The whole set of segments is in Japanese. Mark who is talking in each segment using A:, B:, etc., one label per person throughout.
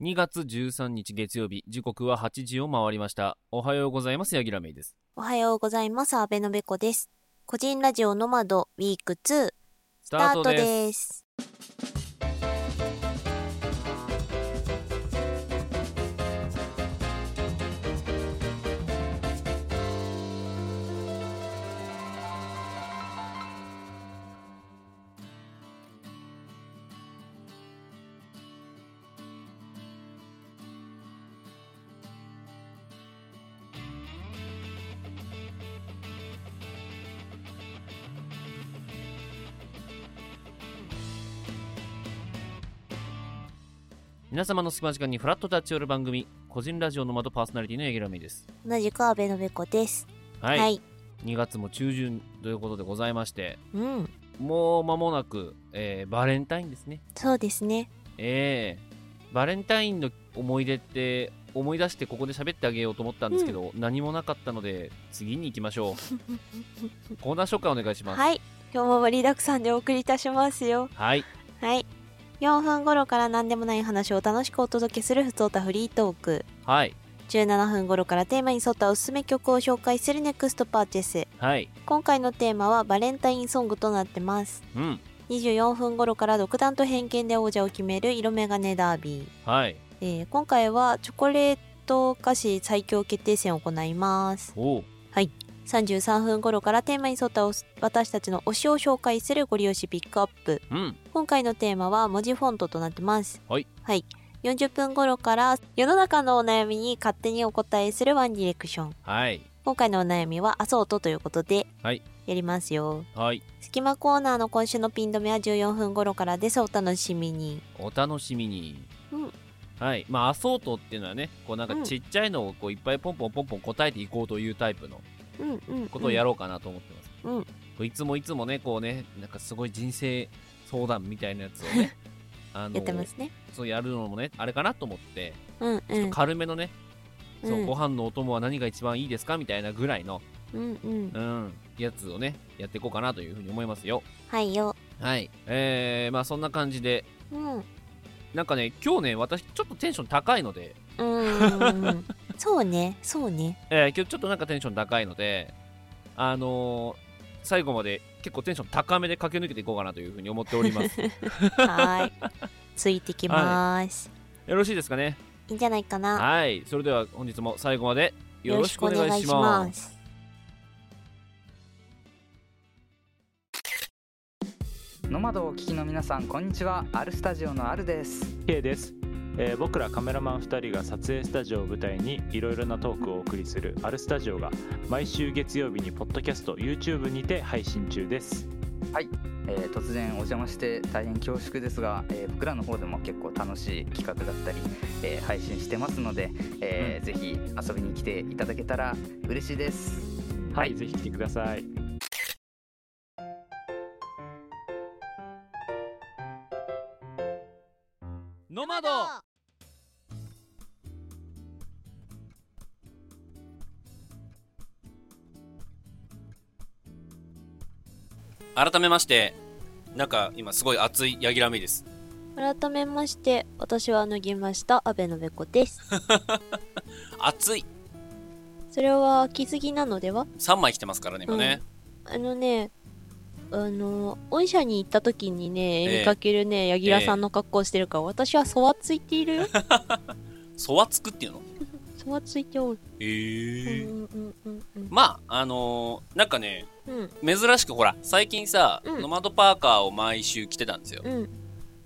A: 2月13日月曜日、時刻は8時を回りました。おはようございます、ヤギラメイです。
B: おはようございます。安倍のべこです。個人ラジオノマドウィーク2ス
A: ス
B: タ
A: ター
B: ー
A: ト
B: ト
A: です。
B: です。
A: 皆様の隙間時間にフラット立ち寄る番組、個人ラジオの窓パーソナリティのヤギラメイです。
B: 同じく安倍のべこです。
A: は、
B: はいい、
A: 2月も中旬ということでございまして、
B: うん。
A: もう間もなく、えーバレンタインですね。
B: そうですね。
A: えーバレンタインの思い出って思い出してここで喋ってあげようと思ったんですけど、何もなかったので次に行きましょうコーナー紹介お願いします
B: はい。今日も盛りだくさんでお送りいたしますよ。
A: はい、
B: はい。4分頃から何でもない話を楽しくお届けするふつおたフリートーク。
A: はい、
B: 17分頃からテーマに沿ったおすすめ曲を紹介するネクストパーチェス。
A: はい、
B: 今回のテーマはバレンタインソングとなってます。
A: うん、
B: 24分頃から独断と偏見で王者を決める色眼鏡ダービー。
A: はい、
B: えー今回はチョコレート菓子最強決定戦を行います
A: おう
B: 33分頃からテーマに沿ったおす私たちの推しを紹介するご利用しピックアップ
A: うん、
B: 今回のテーマは文字フォントとなってます
A: はい、
B: 40分頃から世の中のお悩みに勝手にお答えするワンディレクション
A: はい、
B: 今回のお悩みはアソートということで
A: はい
B: やりますよ
A: はい、
B: 隙間コーナーの今週のピン止めは14分頃からですお楽しみに
A: お楽しみに。
B: うん
A: はい、まあ、アソートっていうのはね、こうなんか
B: うん
A: ちっちゃいのをこういっぱいポンポンポンポン答えていこうというタイプの
B: うんうん、うん、
A: ことをやろうかなと思ってます。
B: うんうん
A: こういつもいつもね、こうね、なんかすごい人生相談みたいなやつを ね、あの
B: やってますね
A: そうやるのもね、あれかなと思って、
B: うんうん
A: 軽めのね、そう
B: うん
A: ご飯のお供は何が一番いいですかみたいなぐらいの、
B: うんうん
A: うん、やつをね、やっていこうかなというふうに思いますよ。
B: はいよ
A: はい。えー、まあそんな感じで、
B: うん
A: なんかね、今日ね、私、ちょっとテンション高いので、
B: うー んそうね、そうね。
A: えー今日ちょっとなんかテンション高いので、あのー最後まで結構テンション高めで駆け抜けていこうかなというふうに思っており ます。よ
B: はーい。ついてきまーす。
A: ろしいですかね。
B: い、いんじゃないかな。
A: はい。それでは本日も最後までよろしくお願いし
B: よろしくお願
A: ま
B: い
A: す。
B: す。
C: ノマドをお聞きの皆さんこんにちはアルスタジオのアルです
D: K です、えー僕らカメラマン2人が撮影スタジオを舞台にいろいろなトークをお送りする「アルスタジオ」が毎週月曜日にポッドキャスト YouTube にて配信中です
C: えー突然お邪魔して大変恐縮ですが、えー僕らの方でも結構楽しい企画だったり、えー配信してますので、えーぜひ遊びに来ていただけたら嬉しいです
D: はい、ぜひ来てください
A: ノマド改めまして、なんか今すごい熱いヤギラメです。
B: 改めまして、私は脱ぎました、安倍のべこです。
A: 熱い
B: それは着すぎなのでは
A: !3 枚来てますからね、今ね。
B: あのね、あの、御社に行った時に
A: ええ
B: ね、見かけるね、柳楽さんの格好をしてるから、私はそわついている よ。
A: そわつくっていうの
B: そわついておる。
A: え
B: うん
A: ー
B: うんうんうん
A: まあ、あのーなんかね、
B: うん。
A: 珍しくほら、最近さ、
B: うん
A: ノマドパーカーを毎週着てたんですよ。
B: うん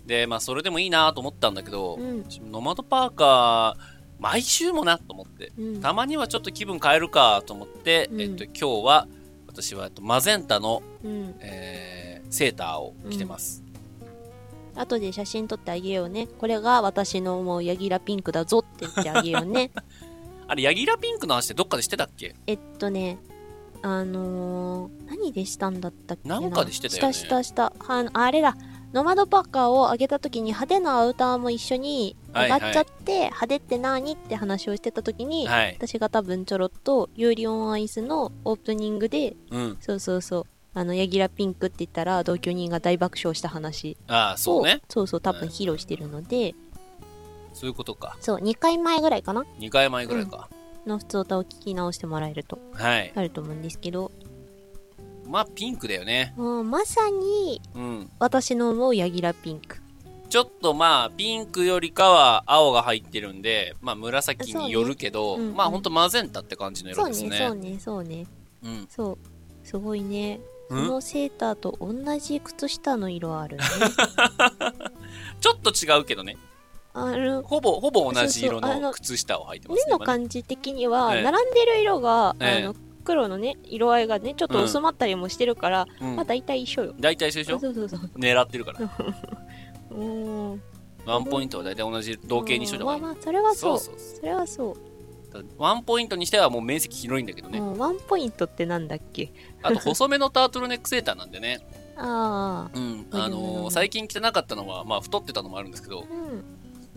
A: で、まあ、それでもいいなと思ったんだけど
B: う、ん
A: ノマドパーカー、毎週もなと思って、
B: うん。
A: たまにはちょっと気分変えるかと思って、
B: うん
A: えっと、今日は、私は、えっと、マゼンタの、
B: うん。
A: えーセーターを着てます。
B: 後で写真撮ってあげようね。これが私の思うヤギラピンクだぞって言ってあげよ うね。
A: あれ、ヤギラピンクの話ってどっかでしてたっけ
B: えっとね、あのー、何でしたんだったっけな
A: なんかでしてたよね
B: したしたした。はあれだ。ノマドパッカーをあげた時に派手なアウターも一緒に
A: は
B: 上
A: い
B: がっちゃって、派手って何って話をしてた時に、
A: はい。
B: 私が多分ちょろっとユーリオンアイスのオープニングで、
A: うん。
B: そうそうそう。あの、ヤギラピンクって言ったら同居人が大爆笑した話
A: ああ、
B: を
A: そうね。
B: そうそう多分披露してるので、
A: そういうことか。
B: そう、2回前ぐらいかな
A: 2回前ぐらいか。
B: の普通歌を聞き直してもらえると
A: はい。
B: あると思うんですけど、
A: まあ、ピンクだよね。
B: もうまさに
A: うん。
B: 私の思うヤギラピンク。
A: ちょっとまあ、ピンクよりかは青が入ってるんで、まあ、紫によるけど、
B: そうねうん
A: まあ、ほんとマゼンタって感じの
B: そ
A: 色
B: う
A: です
B: ね、
A: ね。
B: そうね、そうね。
A: うん。
B: そう。すごいね。そ
A: うん
B: のセーターと同じ靴下の 色あるね。
A: ちょっと違うけどね。
B: あの、
A: ほぼ、ほぼ同じ色
B: そうそうあの
A: の靴下を履いてま
B: 目
A: すね。
B: の
A: 今ね
B: 感じ的には、
A: ええ
B: 並んでる色が、
A: ええ
B: あの黒のね色合いがねちょっと薄まったりもしてるから、
A: うん
B: まあ大体一緒よ。
A: 大体一緒でし
B: そう
A: ょ
B: そうそう。
A: 狙ってるから。
B: うん。
A: ワンポイントは大体同じ同型にしといた
B: ま
A: 方
B: あ
A: がい。
B: まあそれはい
A: そ
B: そうう。
A: そうそ
B: それはそう
A: ただワンポイントにしてはもう面積広いんだけど
B: う、
A: ね。
B: うんワンポイントってなんだっけ
A: あと細めのタートルネックセーターなんでね。
B: あ
A: うん。
B: うん
A: あのー最近着てなかったのは、まあ太ってたのもあるんですけど
B: あ、うん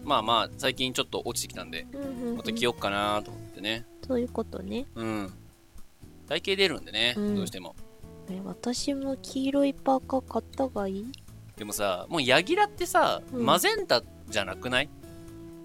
A: まあまあ最近ちょっと落ちてきたんで、
B: うんうん、う
A: ま
B: ん、
A: た着よっかなと思ってね。
B: そういうことね
A: うん。体型出るんでね、
B: うん
A: どうしても。
B: ね私も黄色いパーカー買った方がいい
A: でもさ、もうヤギラってさ、
B: うん
A: マゼンタじゃなくない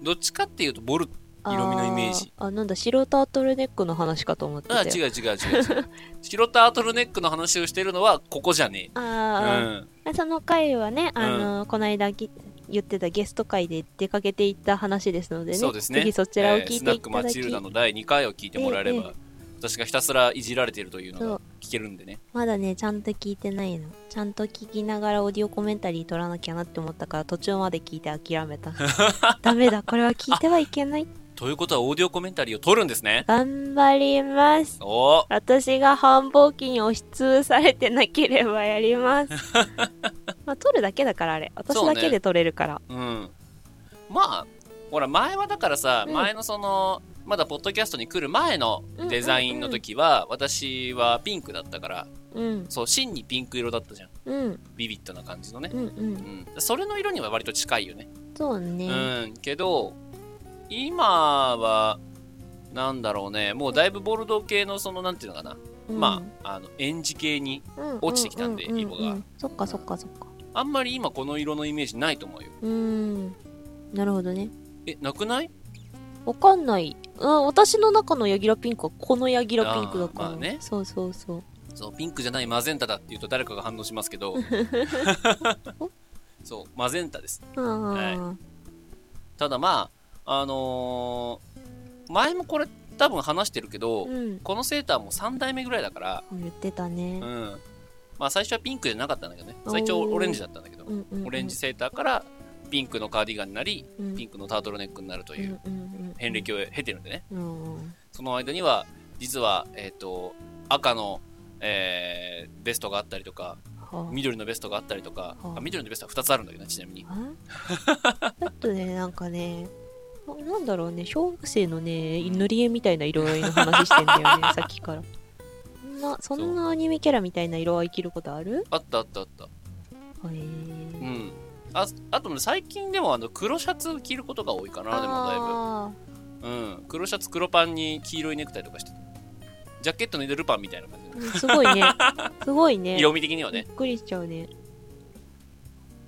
A: どっちかっていうとボル
B: あ
A: 色味のイメージ
B: あなんだ白タートルネックの話かと思ってた
A: あ
B: よ
A: あ違う違う違う違 う白タートルネックの話をしてるのはここじゃねえ、う
B: あ
A: ん、
B: あ、その回はね、あのこの間ぎ言ってたゲスト会で出かけていった話ですのでね
A: そうですね
B: ぜひそちらを
A: え
B: 聞
A: ー
B: い
A: スナ
B: てい
A: ック
B: ただ
A: マ
B: き、
A: チルダの第2回を聞いてもらえれば、
B: え
A: 私がひたすらいじられてるというの
B: そ
A: が
B: う
A: 聞けるんでね
B: まだねちゃんと聞いてないのちゃんと聞きながらオーディオコメンタリー取らなきゃなって思ったから途中まで聞いて 諦めたダメだこれは聞いてはいけない
A: ということはオーディオコメンタリーを撮るんですね
B: 頑張ります
A: おお
B: 私が繁忙期に押しつぶされてなければや りますまあ取るだけだからあれ私だけで取れるから、
A: うんまあほら前はだからさ、
B: うん
A: 前のそのまだポッドキャストに来る前のデザインの時は、私はピンクだったから
B: うん
A: そう芯にピンク色だったじゃん
B: うん
A: ビビッドな感じのね、
B: うんうん
A: うん、それの色には割と近いよね
B: そうね、
A: うん、けど、今は、なんだろうね、もうだいぶボルド系の、その、なんていうのかな、
B: うん
A: まあ、あの、演じ系に、落ちてきたんで
B: ううう
A: イボが
B: そっかそっかそっか
A: あんまり今この色のイメージないと思うよ。
B: うーんなるほどね
A: え、なくない
B: わかんない、うん、私の中のヤギラピンクはこのヤギラピンクだから
A: あーまあね
B: そうそうそう
A: そう、ピンクじゃないマゼンタだって言うと誰かが反応しますけ ど、そう、マゼンタです。
B: あー、
A: ただまあ、あのー前もこれ多分話してるけど、
B: うん
A: このセーターも3代目ぐらいだから、
B: 言ってたね
A: う、ん。まあ最初はピンクじゃなかったんだけどね。最初
B: おー
A: オレンジだったんだけど
B: う、んうんうん、
A: オレンジセーターからピンクのカーディガンになり、
B: うん
A: ピンクのタートルネックになるという
B: うんうんうんうん
A: 遍歴を経てるんでね、
B: うん
A: その間には、実は、えっ、と、赤の、えーベストがあったりとか、
B: は
A: 緑のベストがあったりとか、
B: はあ
A: あ緑のベストは2つあるんだけどね、ちなみに。
B: あちょっとねなんかねななんだろうね小学生のね塗り絵みたいな色合いの話してんだよねさっきからそんなそんなアニメキャラみたいな色合い着ることある
A: あったあったあった。
B: へえ
A: うん。ああとね、最近でもあの黒シャツ着ることが多いかな、でも
B: あ
A: だいぶ。うん。黒シャツ、黒パンに黄色いネクタイとかしてたジャケットのルパンみたいな感じ、
B: ーすごい ねすごいね
A: 色味的には
B: びっ
A: ね。
B: くりしちゃうね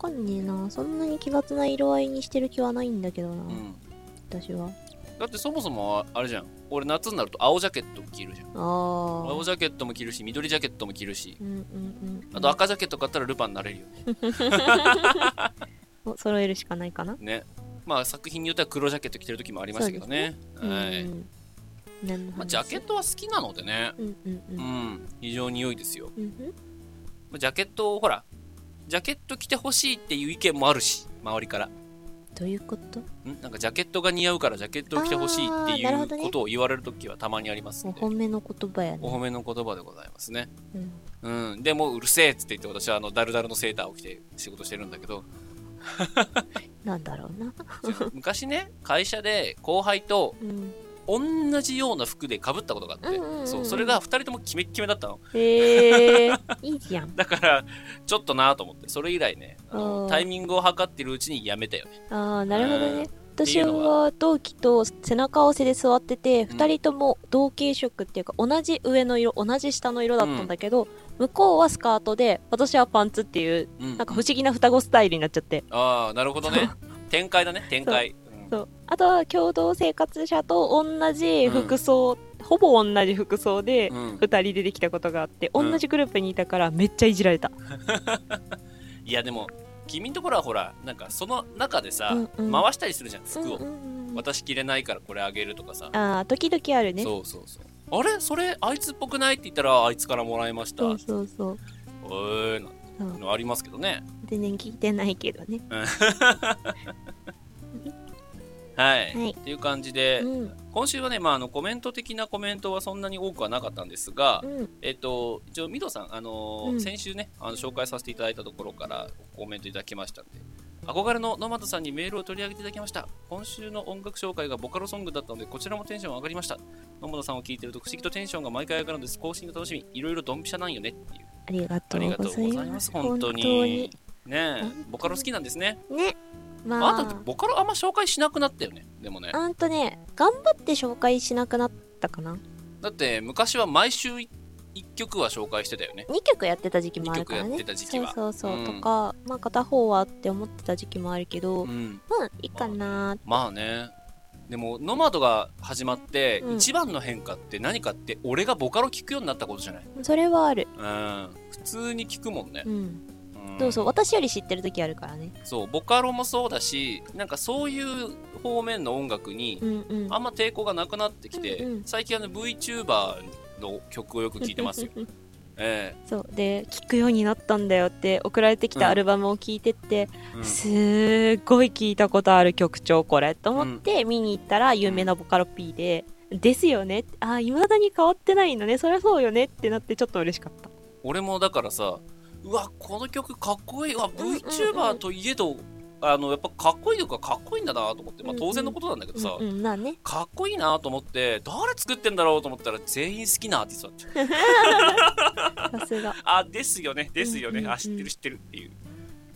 B: わかんねえなそんなに奇抜な色合いにしてる気はないんだけどな、
A: うん。
B: 私は
A: だってそもそもああれじゃん。俺夏になると青ジャケット着るじゃん。
B: あ
A: 青
B: あ
A: ジャケットも着るし、緑ジャケットも着るし、
B: うんうんうん
A: あと赤ジャケット買ったらルパンになれるよ ね。
B: お揃えるしかないかな
A: ねまあ作品によっては黒ジャケット着てる時もありましたけどね。はい
B: うんうん何の話
A: まあ、ジャケットは好きなのでね、
B: うんうんう
A: うんん、非常に良いですよ。
B: うん
A: まあジャケットをほら、ジャケット着てほしいっていう意見もあるし、周りから。ん
B: どういうこと
A: なんかジャケットが似合うからジャケットを着てほしいってい
B: あーなるほど
A: う
B: ね
A: ことを言われる時はたまにあります
B: お
A: ので、
B: 褒めの言葉やね
A: お褒めの言葉でございますね。
B: うん
A: うん、でもううるせえっつって言って私はあのダルダルのセーターを着て仕事してるんだけ ど、
B: なんだろうな
A: 昔ね、会社で後輩と
B: うん
A: 同じような服でかぶったことがあって、
B: うんうんうん
A: そうそれが2人ともキメッキメだったの
B: へえ いいじゃん
A: だからちょっとなと思ってそれ以来ねあ
B: う
A: の
B: ん
A: タイミングを測ってるうちにやめたよね
B: ああなるほど
A: うん
B: ね
A: て
B: 私
A: いうのは
B: は同期と背中合わせで座ってて
A: ん
B: 2人とも同系色っていうか同じ上の色同じ下の色だったんだけど、向こうはスカートで私はパンツっていう
A: うん
B: なんか不思議な双子スタイルになっちゃって
A: ああなるほどね展開だね展開うん
B: そうあとは共同生活者と同じ服装、ほぼ同じ服装で
A: うん
B: 2人出てきたことがあって、
A: うん
B: 同じグループにいたからめっちゃいじられた、
A: いやでも君んところはほらなんかその中でさ、
B: うんうん
A: 回したりするじゃん服を、
B: うんうんうん
A: 私着れないからこれあげるとかさ、
B: ああ時々あるね
A: そうそうそうあれそれあいつっぽくないって言ったらあいつからもらいました
B: そうそうそう
A: おーいなんて
B: そう
A: のありますけどね
B: 全然聞いてないけどね
A: はい、
B: はい
A: っていう感じで、
B: うん
A: 今週はね、まあ、あのコメント的なコメントはそんなに多くはなかったんですが、
B: うん
A: えっと、一応、ミドさん、あのー
B: うん
A: 先週ね、あの紹介させていただいたところからコメントいただきましたんで、憧れのノマドさんにメールを取り上げていただきました。今週の音楽紹介がボカロソングだったので、こちらもテンション上がりました。ノマドさんを聞いてると不思議とテンションが毎回上がるのです。更新が楽しみ。いろいろドンピシャなんよねっていう。
B: ありが
A: あ
B: とう
A: りが
B: ご
A: とう
B: ざい
A: ござい
B: ま
A: ます。
B: す
A: 本当に。
B: 本
A: ねえ
B: 本当に
A: ボカロ好きなんですね。
B: 当にねま
A: あ
B: あ
A: なたってボカロあんま紹介しなくなったよね。でもね。
B: うんとね頑張って紹介しなくなったかな
A: だって昔は毎週1曲は紹介してたよね。
B: 2曲やってた時期もあるから
A: 二曲や
B: ね
A: ってた時期は
B: そうそうそう、
A: うん
B: とかまあ片方はって思ってた時期もあるけど、
A: うん。
B: まあいいかなー
A: まあね。でも、ノマドが始まって、
B: うん
A: 一番の変化って何かって、俺がボカロ聞くようになったことじゃない。
B: それはある、
A: うん。普通に聞くもんね
B: う。ん、
A: ん
B: そうそう私より知ってる時あるからね
A: そう、ボカロもそうだし、なんかそういう方面の音楽に
B: う、んうん
A: あんま抵抗がなくなってきて、
B: うんうん
A: 最近あの VTuber の曲をよく聞いてます よ。え
B: そうで聴くようになったんだよって送られてきたアルバムを聴いてって、
A: えうん
B: すーごい聴いたことある曲調これと思って見に行ったら有名なボカロ P で「ですよね」あーいまだに変わってないのねそりゃそうよねってなってちょっと嬉しかった
A: 俺もだからさうわこの曲かっこいいわ
B: うんうん
A: VTuber といえど、あのやっぱかっこいいのかかっこいいんだなと思って、まあ、
B: うんうん
A: 当然のことなんだけどさ、
B: うんうんなあね
A: かっこいいなと思って誰作ってんだろうと思ったら全員好きなアーティストだった
B: さすが
A: あですよねですよね、
B: うんうんうん
A: あ知ってる知ってるっていう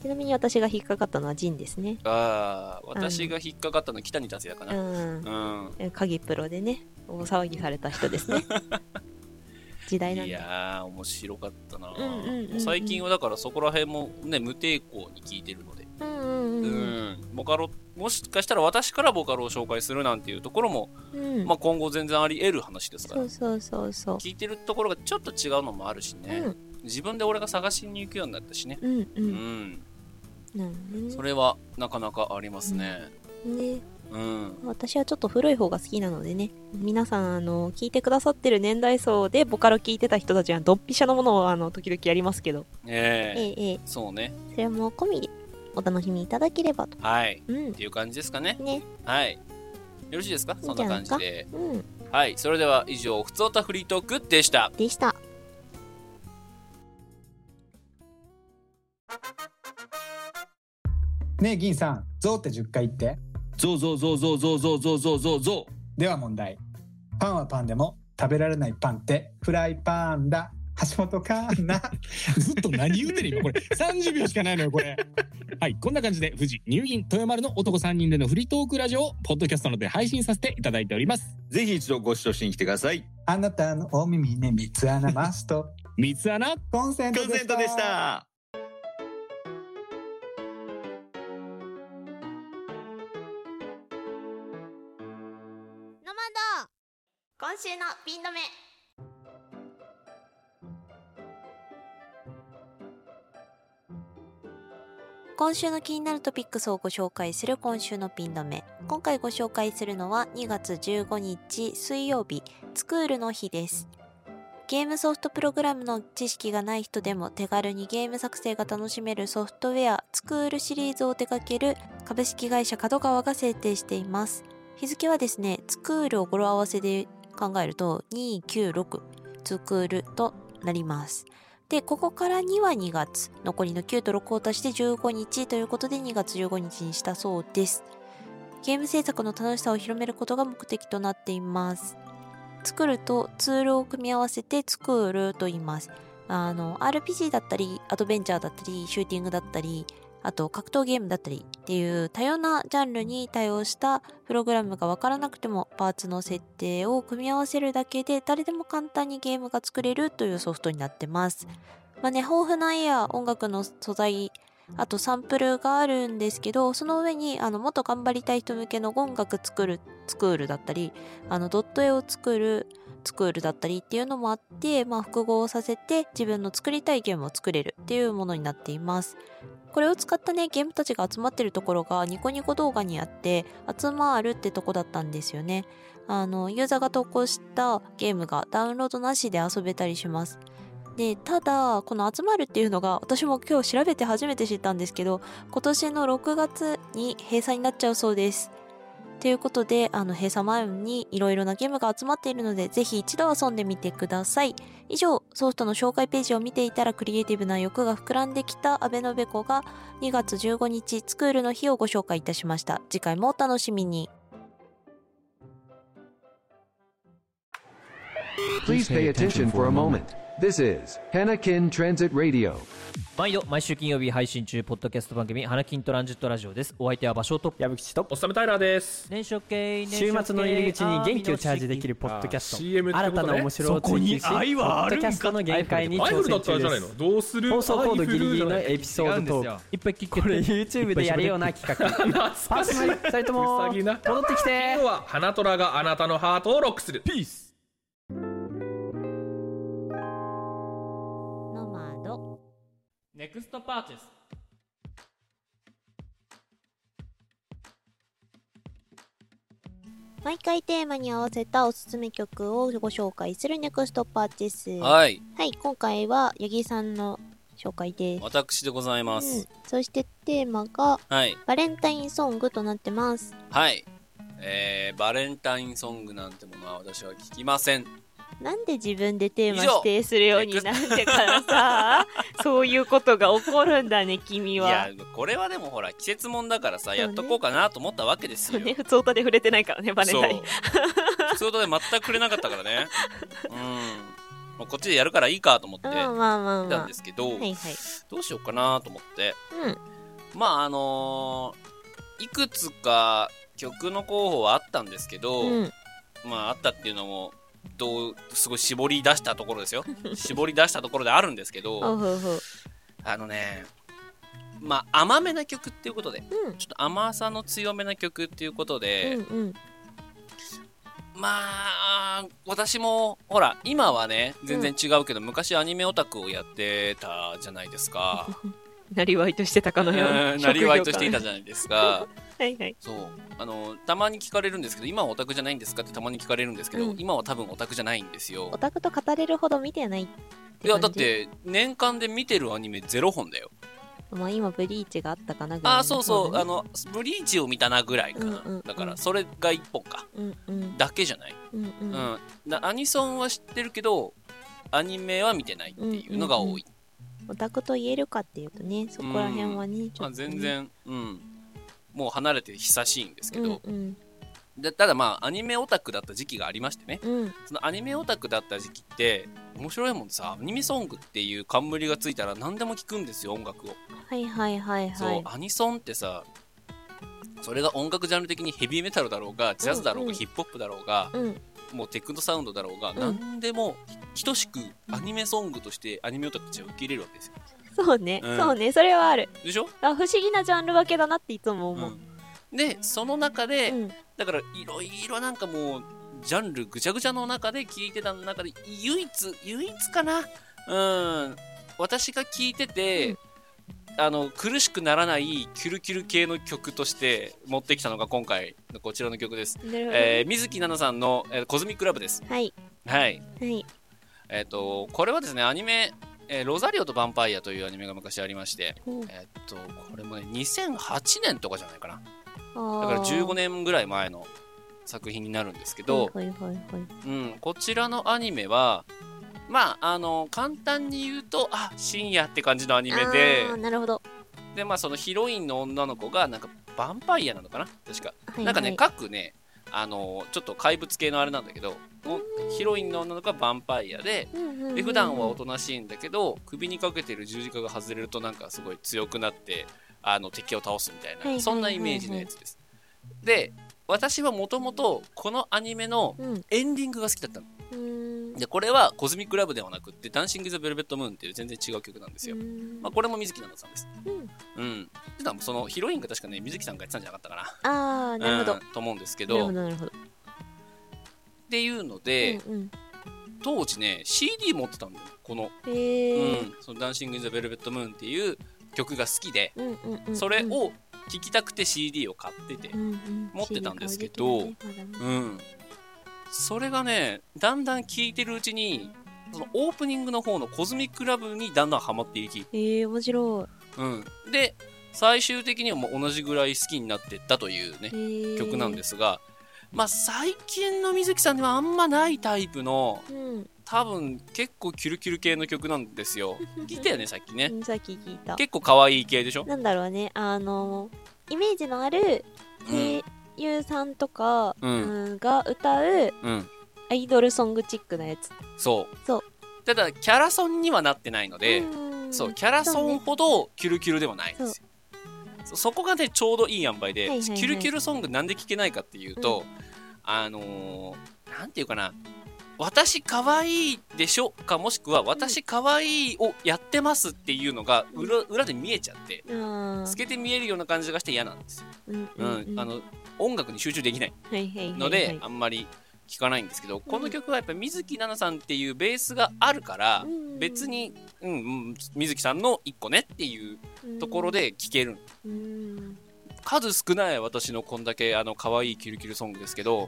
B: ちなみに私が引っかかったのはジンですね
A: あー私が引っかかったのは北に達也か
B: う
A: な、
B: ん
A: うん
B: 鍵プロでね大騒ぎされた人で すね時代なん
A: い
B: だ
A: やー面白かったな、
B: うんうんうんうん
A: もう最近はだからそこら辺もね無抵抗に聞いてるので
B: うんうん
A: う
B: うん
A: ん、ボカロもしかしたら私からボカロを紹介するなんていうところも、
B: うん
A: まあ、今後全然あり得る話ですか
B: そ
A: ら
B: うそうそうそう
A: 聞いてるところがちょっと違うのもあるしね、
B: うん
A: 自分で俺が探しに行くようになったしね
B: うんう
A: うんん、
B: なんね
A: それはなかなかありますね
B: ね
A: うん
B: 私はちょっと古い方が好きなのでね皆さんあの聞いてくださってる年代層でボカロ聞いてた人たちはドンピシャのものをあの時々やりますけど
A: ええ
B: ええええ
A: そうね
B: それも込みでお楽しみいただければと
A: はい
B: うん
A: っていう感じですかね
B: ね
A: はいよろしいですか
B: いい
A: そ
B: ん
A: ん
B: じ
A: な
B: ゃない
A: 感
B: です
A: じ
B: か
A: で
B: うん
A: はいそれでは以上「ふつおたフリートーク」でした
B: でした
E: ねえ銀さんゾウって10回言って
F: ゾウゾウゾウゾウゾウゾウゾウゾウゾウゾ
E: では問題パンはパンでも食べられないパンってフライパンだ橋本環 奈
F: ウずっと何言うてる今これ30秒しかないのよこれはいこんな感じで富士入銀豊丸の男3人でのフリートークラジオをポッドキャストなどで配信させていただいております
G: ぜひ一度ご視聴しに来てください。
E: あなたのお耳に三つ穴マスト
F: 三つ穴
E: コンセン
G: コ
E: ト
G: ン
E: で
G: セ
E: し
G: ン
E: た
G: トでした。
H: ノマド今週のピン止め
B: 今週の気になるトピックスをご紹介する今週のピン止め今回ご紹介するのは2月15日水曜日スクールの日ですゲームソフトプログラムの知識がない人でも手軽にゲーム作成が楽しめるソフトウェアスクールシリーズを手掛ける株式会社角川が制定しています日付はですねスクールを語呂合わせで考えると296ツクールとなりますでここから2は2月残りの9と6を足して15日ということで2月15日にしたそうですゲーム制作の楽しさを広めることが目的となっています作るとツールを組み合わせて作ると言いますあの RPG だったりアドベンチャーだったりシューティングだったりあと格闘ゲームだったりっていう多様なジャンルに対応したプログラムがわからなくてもパーツの設定を組み合わせるだけで誰でも簡単にゲームが作れるというソフトになってますまあね、豊富な絵や音楽の素材、あとサンプルがあるんですけどその上にあのもっと頑張りたい人向けの音楽作るスクールだったりあのドット絵を作るスクールだったりっていうのもあって、まあ、複合させて自分の作りたいゲームを作れるっていうものになっています。これを使ったねゲームたちが集まってるところがニコニコ動画にあって集まるってとこだったんですよね。あのユーザーが投稿したゲームがダウンロードなしで遊べたりします。でただこの集まるっていうのが私も今日調べて初めて知ったんですけど今年の6月に閉鎖になっちゃうそうです。ということであの閉鎖前にいろいろなゲームが集まっているのでぜひ一度遊んでみてください。以上ソフトの紹介ページを見ていたらクリエイティブな欲が膨らんできた阿部のべこが2月15日スクールの日をご紹介いたしました次回もお楽しみに
I: Please pay attention for a moment. This is Hanakin Transit Radio.
J: 毎度毎週金曜日配信中ポッドキャスト番組「花金トランジットラジオ」ですお相手は場所と矢吹と
K: おっさむタイラーです。
J: 年初系
L: 週末の入り口に元気をチャージできるポッドキャスト
K: あ CM ってことね
L: 新たな面白を追求し
K: そこに愛はあるんか
L: ポッドキャストの限界に
K: アイフ
L: 挑
K: ルだっ
L: 戦
K: たら
L: 中
K: じゃな
L: で
K: いの
L: す
K: どうする
L: 放送コードギリギリのエピソード
K: 違うん
L: と
K: ですよ
J: いっぱい聞
L: これ YouTube でやるような企 画 パーソナリティ2人とも
K: うさぎな
L: 戻ってきて
K: 今日は花虎があなたのハートをロックする。ピース
B: ノマド
M: ネクストパーチェス
B: 毎回テーマに合わせたおすすめ曲をご紹介するネクストパーティス
A: はい
B: はい今回は八木さんの紹介です
A: 私でございま
B: うん
A: す。
B: そしてテーマが
A: はい。
B: バレンタインソングとなってます
A: はい。えー、バレンタインソングなんてものは私は聞きません。
B: なんで自分でテーマ指定するようになってからさ そういうことが起こるんだね君
A: い
B: は
A: や、これはでもほら、季節もんだからさ、やっとこうかなと思ったわけですよ。
B: ね普通歌で触れてないからねバレンタイン
A: 普通とで全くくれなかったからね。うん。まあこっちでやるからいいかと思って、
B: うんまあまあまあ
A: 来たんですけど、
B: はいはい
A: どうしようかなと思って。
B: うん
A: まああのーいくつか曲の候補はあったんですけど、
B: うん
A: まああったっていうのもどうすごい絞り出したところ ですよ絞り出したところであるんですけ
B: おう
A: ど
B: ほうほう
A: あのねまあ甘めな曲っていうことで、
B: うん
A: ちょっと甘さの強めな曲っていうことで、
B: うんうん
A: まあ私もほら今はね全然違うけど、昔アニメオタクをやってたじゃないですか
B: なりわいとしてたかのよう
A: うん
B: な
A: なりわいとしていたじゃないですか
B: はいはい
A: そうあのたまに聞かれるんですけど今はオタクじゃないんですかってたまに聞かれるんですけど、
B: うん
A: 今は多分オタクじゃないんですよ
B: オタクと語れるほど見てない
A: いやだって年間で見てるアニメ0本だよ
B: まあ今ブリーチがあったかなぐらい
A: あ
B: の
A: あそうそう
B: だ
A: あ
B: ね
A: のブリーチを見たなぐらいかな、
B: うんうんうん
A: だからそれが1本か
B: うんうん
A: だけじゃない、
B: うんう
A: うん
B: んうん
A: なアニソンは知ってるけどアニメは見てないっていうのが多い、
B: オタクと言えるかっていうとねそこら辺はねち
A: ま
B: ょ
A: あ、
B: っとね
A: 全然、うん、もう離れて久しいんですけ
B: う
A: ど
B: ん、うん
A: でただまあアニメオタクだった時期がありましてね、
B: うん
A: そのアニメオタクだった時期って面白いもんさアニメソングっていう冠がついたら何でも聞くんですよ音楽を、
B: はいはいはいは
A: そう
B: い
A: アニソンってさそれが音楽ジャンル的にヘビーメタルだろうがジャズだろうが、
B: うんうん
A: ヒップホップだろうが、
B: うん
A: もうテクノサウンドだろうが、
B: うん
A: 何でも等しくアニメソングとしてアニメオタクたちは受け入れるわけですよ
B: そうね
A: うん
B: そうねそれはある
A: でしょ
B: あ不思議なジャンル分けだなっていつも思う
A: でその中で、
B: うん
A: だからいろいろなんかもうジャンルぐちゃぐちゃの中で聞いてた中で唯一唯一かなうん私が聞いてて、あの苦しくならないキュルキュル系の曲として持ってきたのが今回のこちらの曲です、
B: なるほど
A: えー水木奈々さんの、えーコズミックラブ」です
B: はい
A: はい
B: はい
A: えっ、とこれはですねアニメ、えーロザリオとヴァンパイア」というアニメが昔ありまして、
B: うん
A: えっとこれもね2008年とかじゃないかなだ
B: だ
A: から15年ぐらい前の作品になるんですけど、
B: はいはいはいはい
A: うん、こちらのアニメはまああの簡単に言うとあ深夜って感じのアニメで
B: あーなるほど
A: で、まあ、そのヒロインの女の子がなんかヴァンパイアなのかな確か、
B: はいはい
A: なんかね各ねあのちょっと怪物系のあれなんだけどヒロインの女の子がヴァンパイアでで普段はおとなしいんだけど首にかけてる十字架が外れるとなんかすごい強くなってあの敵を倒すみたい
B: はいはいはいは
A: ないそんなイメージのやつです。で私はもともとこのアニメの
B: うん
A: エンディングが好きだったの。
B: うーん
A: で、これはコズミックラブではなくって、ダンシング・ザ・ベルベット・ムーンっていう全然違う曲なんですよ。まあ、これも水木奈々さんです。うん。普段そのヒロインが確かね、水木さんがやってたんじゃなかったかな。
B: ああ、なるほど。
A: うんと思うんですけ
B: なるほ
A: ど、
B: ど、なるほど。
A: っていうので、
B: うんうん
A: 当時ね、CD 持ってたんだよ、この。
B: へー
A: うん。そのダンシング・ザ・ベルベット・ムーンっていう曲が好きで、
B: うんうんうんうん
A: それを聴きたくて CD を買ってて、持ってたんですけど、うん。それがね、だんだん聴いてるうちに、そのオープニングの方のコズミックラブにだんだんハマっていき、
B: ええー、面白
A: うん、で最終的にはもう同じぐらい好きになってったというね
B: ー
A: 曲なんですがまあ最近の水木さんではあんまないタイプの
B: い。うん。
A: 多分結構キュルキュル系の曲なんです よ聞いたよねさっきね
B: さっき聞いた。
A: 結構可愛い系でしょ
B: なんだろうね、あの、イメージのある声優さんとか、
A: うん
B: うんが歌う
A: うん
B: アイドルソングチックなやつ。
A: そう
B: そう
A: ただキャラソンにはなってないのでそうキャラソンほどキュルキュルではないんですよそそこがねちょうどいい塩梅で、
B: はいはいはい
A: キュルキュルソングなんで聴けないかっていうと、あのーなんていうかな私可愛いでしょかもしくは私可愛いをやってますっていうのが裏裏で見えちゃって
B: うん。
A: 透けて見えるような感じがして嫌なんですよ、
B: うん
A: う
B: うんんうん
A: あの音楽に集中できない
B: はいはいはいはい
A: ので、あんまり聞かないんですけど、この曲はやっぱり水木奈々さんっていうベースがあるから、別に、うんうん、水木さんの一個ねっていうところで聴ける、数少ない私のこんだけあの可愛いキルキルソングですけど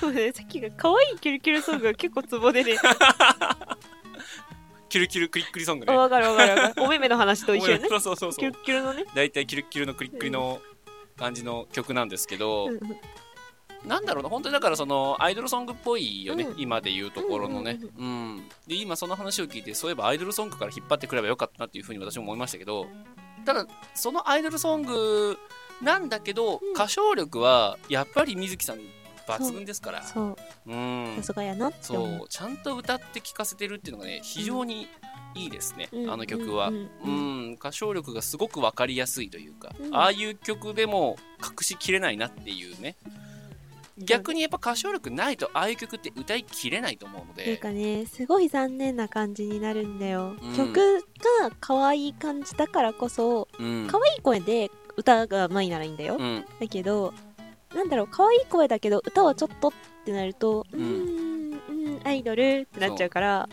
B: そうねさっきが可愛いキュルキュルソングが結構ツボでね。
A: キルキルクリックリソング
B: あ
A: ね
B: わかるわかるわかる。お目目の話と一緒よね。
A: そうそうそうそう
B: キュルキュルのね。
A: 大体キルキルのクリックリの感じの曲なんですけど、
B: うんうん
A: なんだろうな本当にだからそのアイドルソングっぽいよね、
B: うん
A: 今で言うところのね、うんで今その話を聞いてそういえばアイドルソングから引っ張ってくればよかったなっていうふうに私も思いましたけどただそのアイドルソングなんだけど、歌唱力はやっぱり水木さん抜群ですから
B: そう。
A: うん
B: さすがやなって思
A: そうちゃんと歌って聴かせてるっていうのがね非常にいいですね、
B: うん
A: あの曲は、
B: う
A: うんん歌唱力がすごく分かりやすいというか、
B: うん
A: ああいう曲でも隠しきれないなっていうね逆にやっぱ歌唱力ないとああいう曲って歌いきれないと思うの
B: っていう
A: で
B: かねすごい残念な感じになるんだよ、
A: うん
B: 曲が可愛い感じだからこそ、
A: うん
B: 可愛い声で歌がうまいならいいんだよ、
A: うん
B: だけどなんだろう可愛い声だけど歌はちょっとってなるとうーんうんアイドルってなっちゃうから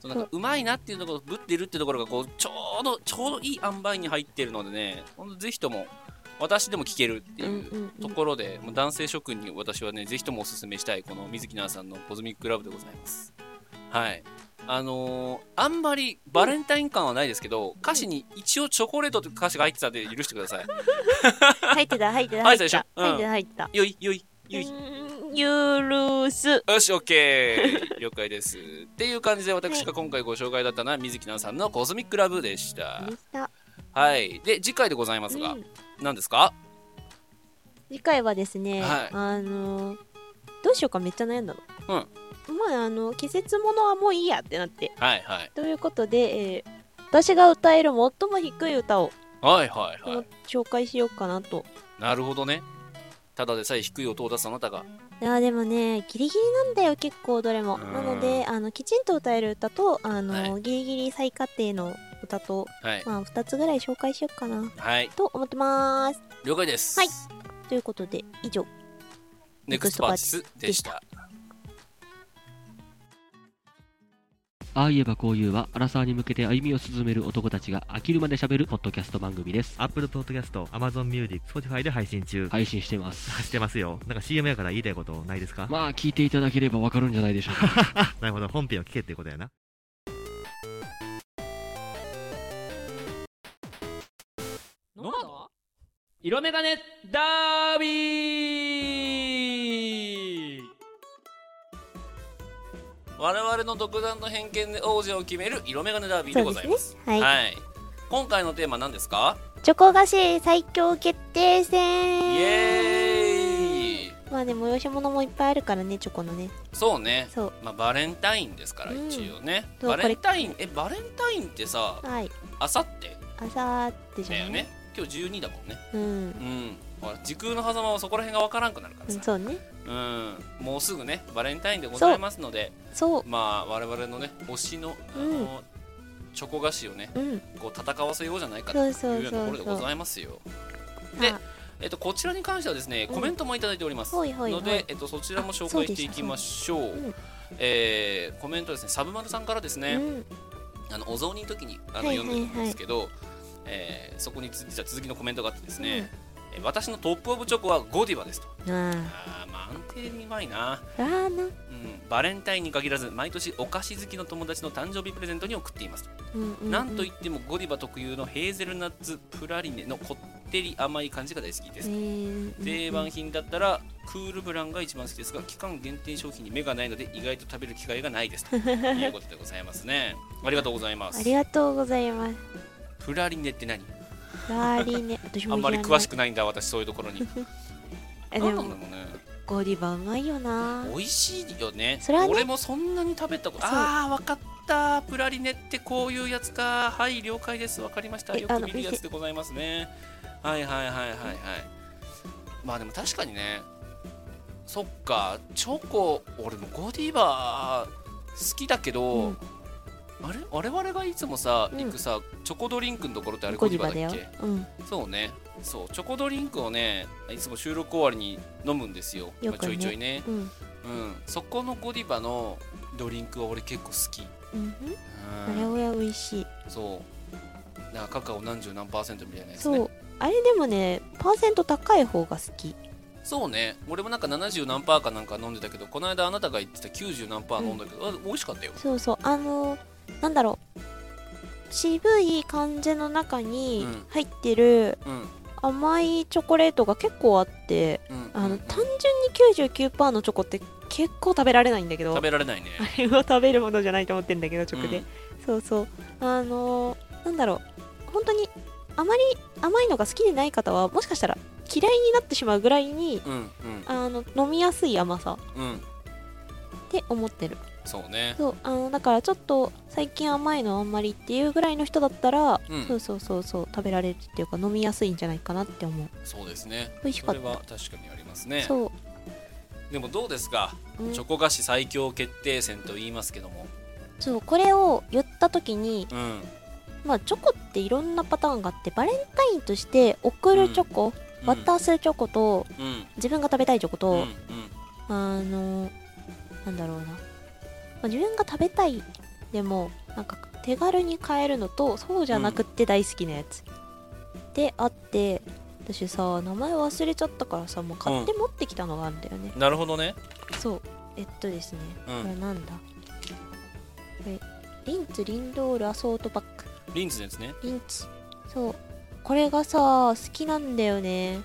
A: そうなんかうまいなっていうところぶってるってところがこうちょうどちょうどいい塩梅に入ってるのでねほんとぜひとも私でも聴けるっていう
B: うん
A: ところで、もう男性諸君に私はねぜひともおすすめしたいこの水木奈々さんの「コズミックラブ」でございますはいあのーあんまりバレンタイン感はないですけど、歌詞に一応チョコレートという歌詞が入ってたんで許してください
B: 入ってた入ってた
A: 入
B: 入
A: ったで
B: ってて
A: しょ
B: た
A: うん
B: 入ってた入ってた
A: よいよいよい
B: 許す
A: よし OK 了解ですっていう感じで私が今回ご紹介だったのは水木奈々さんの「コズミックラブ」でした
B: た
A: はいで次回でございますが、何ですか
B: 次回はですね、
A: はい
B: あのーどうしようかめっちゃ悩んだの
A: うんはい
B: まああの季節ものはもういいやってなって
A: はい
B: ということで、えー私が歌える最も低い歌を
A: はいはいは
B: 紹介しようかなと。
A: いなるほどねただでさえ低い音を出すあなたが
B: いやでもねギリギリなんだよ結構どれも
A: うん
B: なのであのきちんと歌える歌とあの、ギリギリ最下低の歌と、
A: はい
B: まあ、2つぐらい紹介しようかな
A: はい
B: と思ってます
A: 了解です
B: はいということで以上
A: ネクストパーティスでした
N: ああ言えばこう言うは、アラサーに向けて歩みを進める男たちが飽きるまで喋るポッドキャスト番組です。
O: Apple Podcast、Amazon Music、Spotify で配信中。
N: 配信してます。
O: してますよ。なんか CM やから言いたいことないですか
N: まあ、聞いていただければわかるんじゃないでしょうか。
O: なるほど、本編を聞けってことやな。
M: ノマド色眼鏡ダービー
A: 我々の独断と偏見で王者を決める色眼鏡ダービーでございます
H: そうですねはい
A: 今回のテーマ何ですか
H: チョコ菓子最強決定戦
A: イエーイ
B: まあでも催し物もいっぱいあるからねチョコのね
A: そうね
B: そう
A: まあ、バレンタインですから
B: うん
A: 一応ね、
B: そう
A: バ
B: これ
A: レンタインえバレンタインってさ
B: はい
A: あさって
B: あさってじ
A: だ
B: ゃ
A: よ
B: ん
A: ね今日12だもんね
B: うん、
A: うんほら時空の狭間はそこら辺がわからんくなるから
B: うんそうね
A: うん、もうすぐねバレンタインでございますので
B: そう
A: まあ我々のね推しのあの、チョコ菓子をね、
B: うん
A: こう戦わせようじゃないかという
B: そうそ
A: よう
B: うそうそう
A: なところでございますよ。で、えっと、こちらに関してはですねコメントもいただいております、
B: ほいほいほい
A: ので、えっと、そちらも紹介していきましょう。えーコメントですねサブマルさんからですね、あのお雑煮の時にあの、
P: はいはいはい
A: 読んでたんですけど、えーそこにつ実は続きのコメントがあってですね、えー私のトップオブチョコはゴディバですとあーまあ安定にうまいな
B: ラーナ
A: うんバレンタインに限らず毎年お菓子好きの友達の誕生日プレゼントに贈っています、
B: うんうんうん
A: なんといってもゴディバ特有のヘーゼルナッツプラリネのこってり甘い感じが大好きです、
B: えー
A: 定番品だったらクールブランが一番好きですが期間限定商品に目がないので意外と食べる機会がないです ということでございますねありがとうございます
B: ありがとうございます
A: プラリネって何
B: ラーリネ私
A: あ
B: も
A: ん
B: い
A: ま
B: ら
A: り
B: ない
A: 詳しくないんだ私そういうところに
B: えで
A: 何なんだ
B: も
A: ろうね
B: ゴディバうまいよな
A: 美味しいよね
B: それはね
A: 俺もそんなに食べたこと
B: そう
A: ああわかったプラリネってこういうやつかはい了解ですわかりました
B: え
A: よ
B: あ
A: く
B: の
A: 見るやつでございますねはいはいはいはいはいまあでも確かにねそっかチョコ俺もゴディバ好きだけど、あれ我々がいつもさ、行くさチョコドリンクのところってあれゴ
B: ゴ
A: デ
B: デ
A: ィ
B: ィ
A: バだ
B: バ
A: っ
B: だよ
A: け
B: うん
A: そうねそうチョコドリンクをねいつも収録終わりに飲むんですよ
B: よくね
A: ちょいちょいね
B: う
A: うんん、そこのゴディバのドリンクは俺結構好き
B: うん
A: う
B: あ
A: ん
B: れおや美味しい
A: そうなんかカカオ何十何パーセントみたいなやつ
B: そ
A: ね
B: うあれでもねパーセント高い方が好き
A: そうね俺もなんか70何パーかなんか飲んでたけどこの間あなたが言ってた90何パー飲んだけど、あ美味しかったよ
B: そうそうあのなんだろう渋い感じの中に
A: うん
B: 入ってる
A: うん
B: 甘いチョコレートが結構あって、
A: うん
B: あの単純に99%のチョコって結構食べられないんだけど
A: 食べられないね
B: あれは食べるものじゃないと思ってんだけど直で、
A: うん
B: そうそうあのーなんだろう本当にあまり甘いのが好きでない方はもしかしたら嫌いになってしまうぐらいに、
A: うんうん
B: あの飲みやすい甘さ
A: うん
B: って思ってる
A: そうね
B: そうあのだからちょっと最近甘いのあんまりっていうぐらいの人だったら、
A: うん
B: そうそうそうそう食べられるっていうか飲みやすいんじゃないかなって思う
A: そうですね
B: 美味しかった
A: それは確かにありますね
B: そう
A: でもどうですか、
B: うん
A: チョコ菓子最強決定戦と言いますけども
B: そうこれを言った時に、
A: うん
B: まあチョコっていろんなパターンがあってバレンタインとして送るチョコ、渡すチョコと、
A: うん
B: 自分が食べたいチョコと、
A: うんうん
B: あのなんだろうな、まあ自分が食べたいでもなんか手軽に買えるのとそうじゃなくって大好きなやつ、であって私さ名前忘れちゃったからさもう買って持ってきたのがあるんだよね、
A: なるほどね
B: そうえっとですね、
A: うん
B: これなんだこれリンツリンドールアソートパック
A: リンツのやつね
B: リンチそうこれがさ好きなんだよね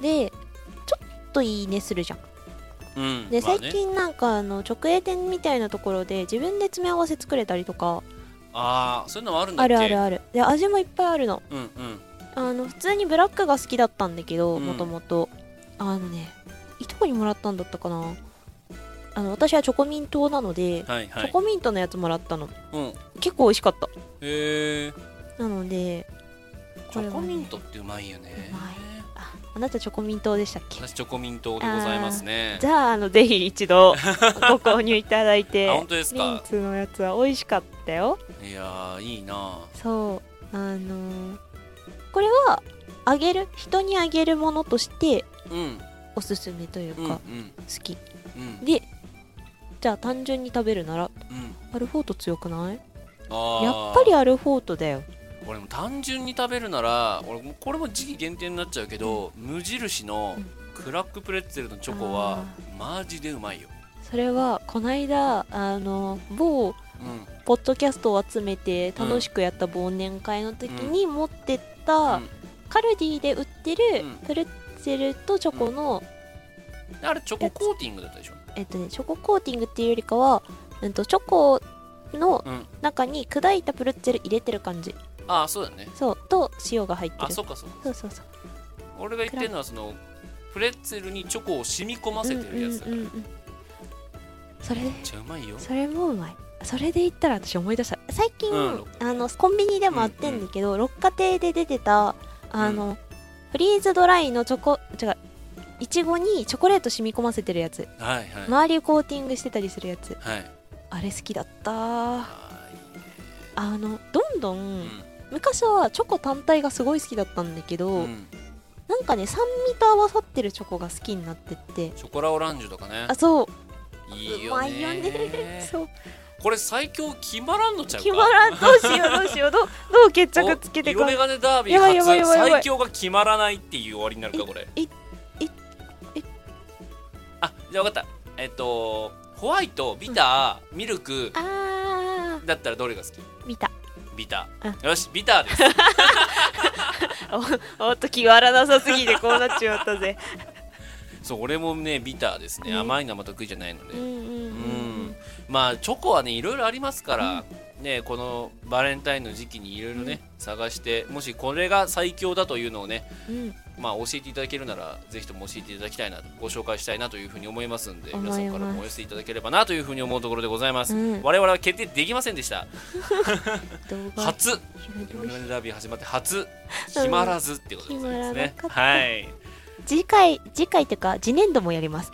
B: でちょっといいねするじゃん
A: うん
B: で、
A: まあね
B: 最近なんかあの直営店みたいなところで自分で詰め合わせ作れたりとか
A: ああそういうのはあるんだ
B: あ
A: っけ
B: るあるあるで味もいっぱいあるの
A: うんうん
B: あの普通にブラックが好きだったんだけど
A: うん
B: もともとあのねいとこにもらったんだったかなあの私はチョコミントなので、
A: はいはい
B: チョコミントのやつもらったの
A: うんへ
B: 結構美味しかった
A: え
B: なので
A: チョコミントってうまいよね
B: あなたチョコミントでしたっけ
A: 私チョコミントでございますね
B: あーじゃああのぜひ一度ご購入いただいて
A: あ本当ですか
B: リンツのやつは美味しかったよ
A: いやーいいな
B: そうあのーこれはあげる人にあげるものとして
A: うん
B: おすすめというか、
A: うん
B: 好き、
A: うん
B: でじゃあ単純に食べるなら、
A: うん
B: アルフォート強くない
A: あー
B: やっぱりアルフォートだよ
A: 俺も単純に食べるなら俺もこれも時期限定になっちゃうけど、無印のクラックプレッツェルのチョコはマジでうまいよ
B: それはこないだあの某
A: うん
B: ポッドキャストを集めて楽しくやった忘年会の時に持ってった、カルディで売ってるプレッツェルとチョコの、
A: あれチョココーティングだったでしょ
B: えっとね、チョココーティングっていうよりかは、うん、とチョコの
A: うん
B: 中に砕いたプレッツェル入れてる感じ
A: ああそうだね
B: そうと塩が入ってる
A: あそうかそうか
B: そうそうそう
A: 俺が言ってるのはそのプレッツェルにチョコを染み込ませてるやつだから、
B: うんうんうんうんそれで
A: めっちゃうまいよ
B: それもうまいそれで言ったら私思い出した最近、
A: うん
B: あのコンビニでもあってんだけど、六花亭で出てたあの、フリーズドライのチョコ違ういちごにチョコレート染み込ませてるやつ、
A: はいはい
B: 周りをコーティングしてたりするやつ、
A: はい
B: あれ好きだったあのどんどん、昔はチョコ単体がすごい好きだったんだけど、なんかね酸味と合わさってるチョコが好きになってって
A: チョコラオランジュとかね
B: あそう
A: ういいうよ
B: ま
A: ね
B: いよねそう
A: これ最強決まらんのちゃうか
B: 決まらんどうしようどうしようどうどう決着つけて
A: 色眼鏡ダービー
B: やばいやばいや
A: 初
B: ばいやばい
A: 最強が決まらないっていう終わりになるかこれ
B: えええ
A: あじゃあ分かったえっとホワイトビター、ミルクだったらどれが好き
B: 見た
A: ビターよしビターです
B: おおっと気が荒なさすぎてこうなっちまったぜ
A: そう俺もねビターですね
B: ね
A: 甘いのは得意じゃないので
B: うんうん
A: うんまあチョコはねいろいろありますから、ねこのバレンタインの時期にいろいろね、探してもしこれが最強だというのをね
B: うん
A: まあ教えていただけるならぜひとも教えていただきたいなご紹介したいなというふうに思いますんで
B: 思い
A: 皆
B: ます
A: さんからもお寄せいただければなというふうに思うところでございます、
B: うん
A: 我々は決定できませんでした
B: 動画
A: 初
B: 広
A: メ
B: 々
A: ガネダービー始まって初決まらずってことでございますね、
B: 決まらなかった
A: はい、
B: 次回次回っていうか次年度もやります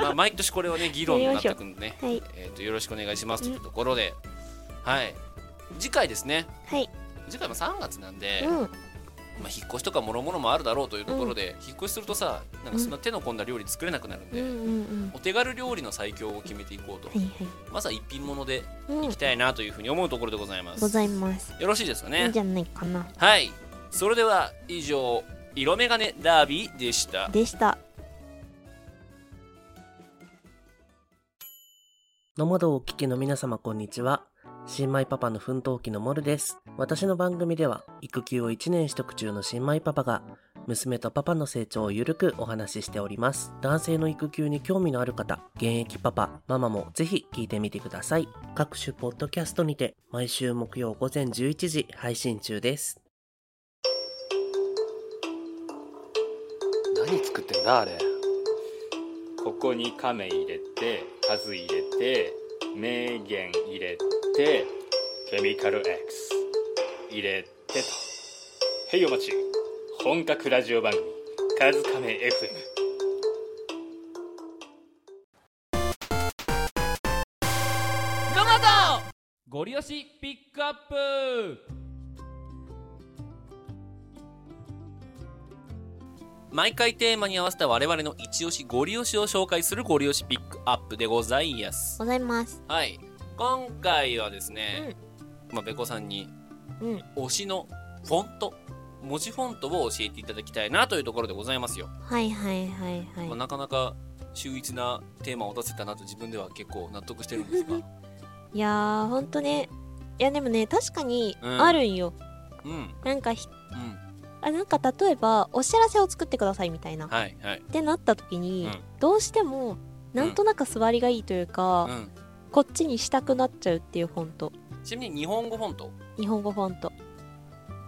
A: まあ、毎年これはね議論になってくんでね、
B: やりましょう
A: えー、とよろしくお願いしますというところで、はい次回ですね
B: はい
A: 次回も3月なんで、
B: うん
A: まあ、引っ越しとかもろもろもあるだろうというところで、引っ越しするとさなんかそんな手の込んだ料理作れなくなるんで、
B: うんうん
A: お手軽料理の最強を決めていこうと、
B: はいはい
A: まずは一品物で
B: うん
A: いきたいなというふうに思うところでございます、
B: ございます
A: よろしいですかね
B: いいんじゃないかな
A: はいそれでは以上色眼鏡ダービーでした
B: でした
P: ノモドをお聞きの皆様こんにちは。新米パパの奮闘記のモルです。私の番組では、育休を1年取得中の新米パパが、娘とパパの成長をゆるくお話ししております。男性の育休に興味のある方、現役パパ、ママもぜひ聞いてみてください。各種ポッドキャストにて、毎週木曜午前11時配信中です。
Q: 何作ってんだあれここに亀入れて数入れて名言入れてケミカル X 入れてとへいお待ち本格ラジオ番組「カズカメ FM」
M: ノマドゴリ押しピックアップ
A: 毎回テーマに合わせた我々の一押しゴリ押しを紹介するゴリ押しピックアップでございます
B: ございます
A: はい今回はですね、まあ、べこさんに
B: うん
A: 推しのフォント文字フォントを教えていただきたいなというところでございますよ、
B: はいはいはいはい
A: まあ、なかなか秀逸なテーマを出せたなと自分では結構納得してるんですが
B: いやーほんとねいやでもね確かに
A: うん
B: あるんよ、
A: うん
B: なんかひ、
A: ん
B: あなんか例えばお知らせを作ってくださいみたいな、
A: はいはい
B: ってなった時に、
A: うん
B: どうしてもなんとなく座りがいいというか、
A: うん
B: こっちにしたくなっちゃうっていうフォント
A: ちなみに日本語フォント
B: 日本語フォント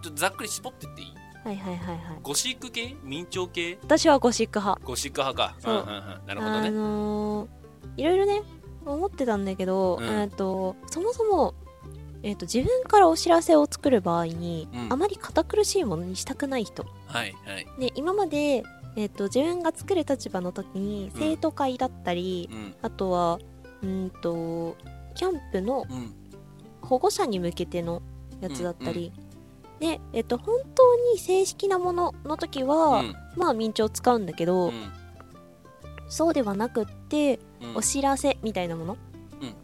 A: ちょっとざっくり絞ってっていい
B: はいはいはいはい
A: ゴシック系明朝系
B: 私はゴシック派
A: ゴシック派か
B: そう
A: うんうんうんなるほど
B: あ
A: ね、
B: のーいろいろね思ってたんだけど、
A: うん
B: えっとそもそも、えっと自分からお知らせを作る場合に、
A: うん
B: あまり堅苦しいものにしたくない人
A: はいはい
B: で今まで、えっと自分が作る立場の時に生徒会だったり、
A: うん
B: あとはうんとキャンプの
A: うん
B: 保護者に向けてのやつだったり、
A: う
B: で、えっと本当に正式なものの時は、
A: うん
B: まあ明朝使うんだけど、そうではなくって、
A: うん
B: お知らせみたいなもの、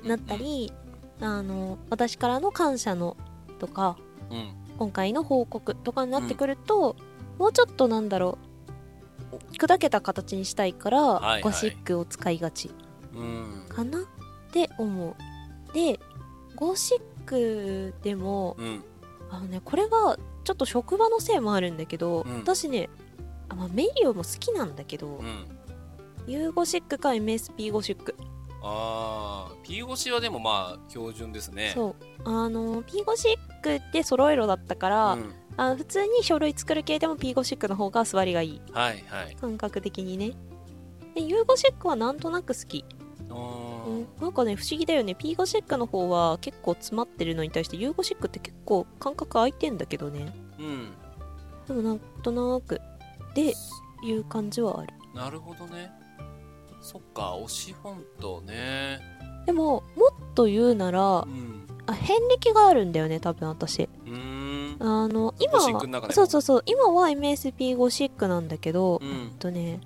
B: だったり、あの私からの感謝のとか
A: うん
B: 今回の報告とかになってくると、もうちょっとなんだろう砕けた形にしたいから、
A: はいはい
B: ゴシックを使いがち
A: うん
B: かなって思うでゴシックでも、
A: うん
B: あのねこれはちょっと職場のせいもあるんだけど、
A: うん
B: 私ねあ、まあ、メリオも好きなんだけど、U ゴシックか MSP ゴシック
A: ああ P 越しはでもまあ標準ですね
B: そうあの P ゴシックって揃えろだったから、
A: うん
B: あ普通に書類作る系でも P ゴシックの方が座りがいい
A: はいはい
B: 感覚的にねで U ゴシックはなんとなく好き、うんなんかね不思議だよね P ゴシックの方は結構詰まってるのに対して U ゴシックって結構間隔空いてんだけどね
A: うん
B: でもなんとなくでいう感じはある
A: うなるほどね。そっか、推しフォントね。
B: でももっと言うなら、あ遍歴があるんだよね多分私あの今
A: ゴシックの中で
B: は
A: も
B: そうそうそう今は MSP ゴシックなんだけど、
A: うん
B: えっとね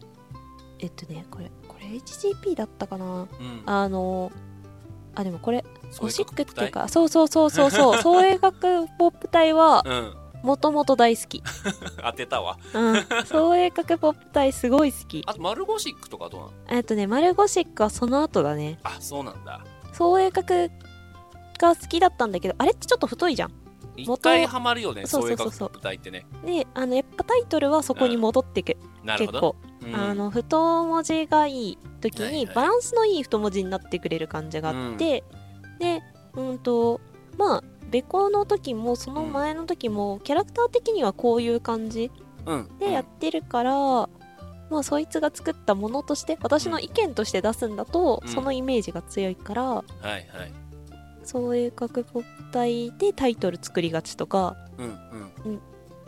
B: えっとねこれこれ HGP だったかな、
A: うん
B: あのあでもこれ
A: 創
B: ゴ
A: 英
B: シ
A: 学
B: ックってい
A: ポッ
B: う
A: プ
B: か
A: 隊
B: そうそうそうそうそう 創英学ポップ隊は
A: うん
B: もともと大好き、
A: 当てたわ。
B: うん、創英学ポップ隊すごい好き
A: あと、丸ゴシックとかどうなの
B: えっとね丸ゴシックはその後だね
A: あ、そうなんだ。
B: 創英学が好きだったんだけどあれってちょっと太いじゃん
A: 一
B: 元
A: 回ハマるよね、
B: そう
A: そう
B: そ
A: いう
B: うそ
A: 学
B: うそう
A: 舞台ってね。
B: であのやっぱタイトルはそこに戻ってく、
A: うんなる
B: 結
A: ほど
B: 構、
A: うん
B: あの太文字がいい時に、バランスのいい太文字になってくれる感じがあって、でうんとまあべこの時もその前の時も、キャラクター的にはこういう感じ
A: うん。
B: でやってるから、まあそいつが作ったものとして私の意見として出すんだと、
A: うん
B: そのイメージが強いから
A: はいはい。
B: そういう角ポップ体でタイトル作りがちとか、
A: うんうん。
B: うん、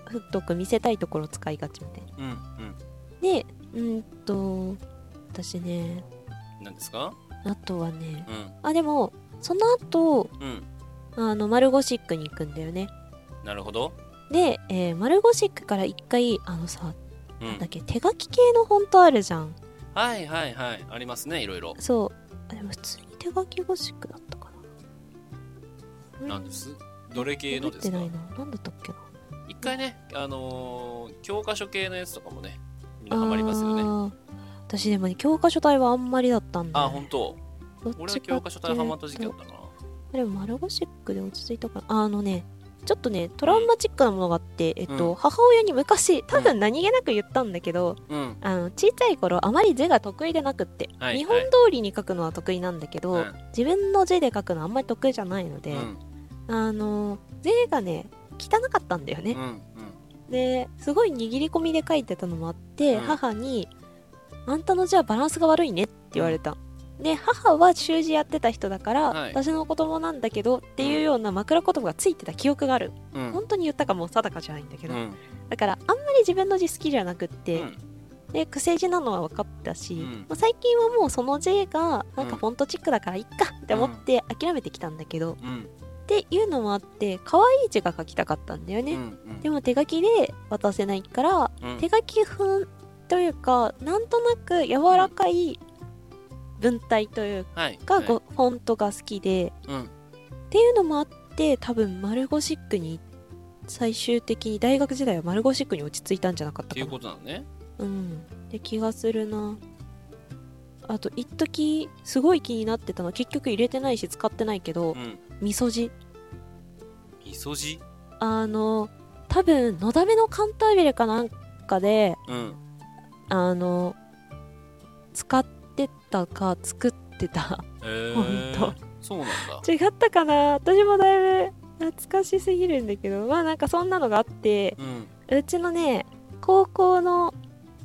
B: ふっとく見せたいところ使いがちみたいな。
A: うん
B: でうんと私ね
A: うん。なんですか
B: あとはね、
A: うん
B: あでもその後
A: うん。
B: あのマルゴシックに行くんだよね
A: なるほど。
B: で、えーマルゴシックから一回あのさ、
A: うん
B: なんだっけ手書き系のフォントあるじゃん
A: はいはいはい。ありますね、いろいろ。
B: そうあでも普通に手書きゴシックだったか
A: なんですどれ系
B: な
A: の
B: 覚
A: で
B: え
A: す
B: て
A: か
B: ないな何だったっけな
A: 一回ね、あのー教科書系のやつとかもね、みんなハマりますよね。
B: ね私でもね教科書体はあんまりだったんだ
A: あ、
B: よね
A: 本当。
B: どっちか
A: 俺は教科書体ハマった時期だったな。
B: でもマルゴシックで落ち着いたからあのねちょっとねトラウマチックなものがあって、えっと
H: うん
B: 母親に昔多分何気なく言ったんだけど、
A: うん
B: あの小さい頃あまり字が得意でなくって、
H: はい
B: 日本通りに書くのは得意なんだけど、
H: うん
B: 自分の字で書くのはあんまり得意じゃないので、あの字がね汚かったんだよね、ですごい握り込みで書いてたのもあって、母に「あんたの字はバランスが悪いね」って言われた、で母は習字やってた人だから、
H: はい
B: 私の子供なんだけどっていうような枕言葉がついてた記憶がある、
H: うん
B: 本当に言ったかも定かじゃないんだけど、
H: うん
B: だからあんまり自分の字好きじゃなくって、で癖字なのは分かったし、
H: うん
B: まあ最近はもうその字がなんかフォントチックだからいっかって思って諦めてきたんだけど、
A: うん。
B: っていうのもあって可愛い字が書きたかったんだよね、でも手書きで渡せないから、
H: うん
B: 手書き風というかなんとなく柔らかい文体というか、
A: はい
B: が
A: はい
B: ごフォントが好きで
A: うん。
B: っていうのもあって多分マルゴシックに最終的に大学時代はマルゴシックに落ち着いたんじゃなかっ
A: ったて
B: か
A: い
B: な
A: うことなのね。
B: うんって気がするなあと一時すごい気になってたの結局入れてないし使ってないけど、
A: うん
B: みそじ
A: みそじ
B: あの多分のだめのカンタービレかなんかで
A: うん。
B: あの使ってたか作ってた
A: えー、
B: ほん
A: そうなんだ。
B: 違ったかな私もだいぶ懐かしすぎるんだけどまあなんかそんなのがあって
A: う、ん。
B: うちのね高校の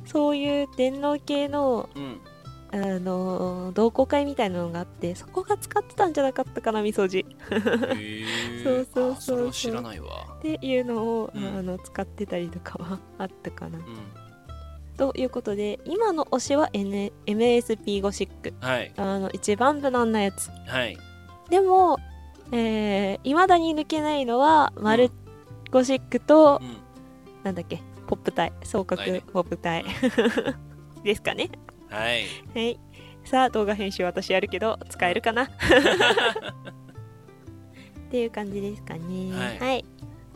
B: そういう電脳系の
A: うん。
B: あの同好会みたいなのがあってそこが使ってたんじゃなかったかなみそじそうそうそうそう
A: 知らないわ
B: っていうのを、あの使ってたりとかはあったかな、ということで今の推しは、N、MSP ゴシック
A: はい。
B: あの一番無難なやつ
A: はい。
B: でもいま、えー未だに抜けないのはマルゴシックと、なんだっけポップ隊双角
H: ないね
B: ポップ隊、 ですかね
A: はい。
B: はい。さあ、動画編集私やるけど、使えるかなっていう感じですかね。
A: はい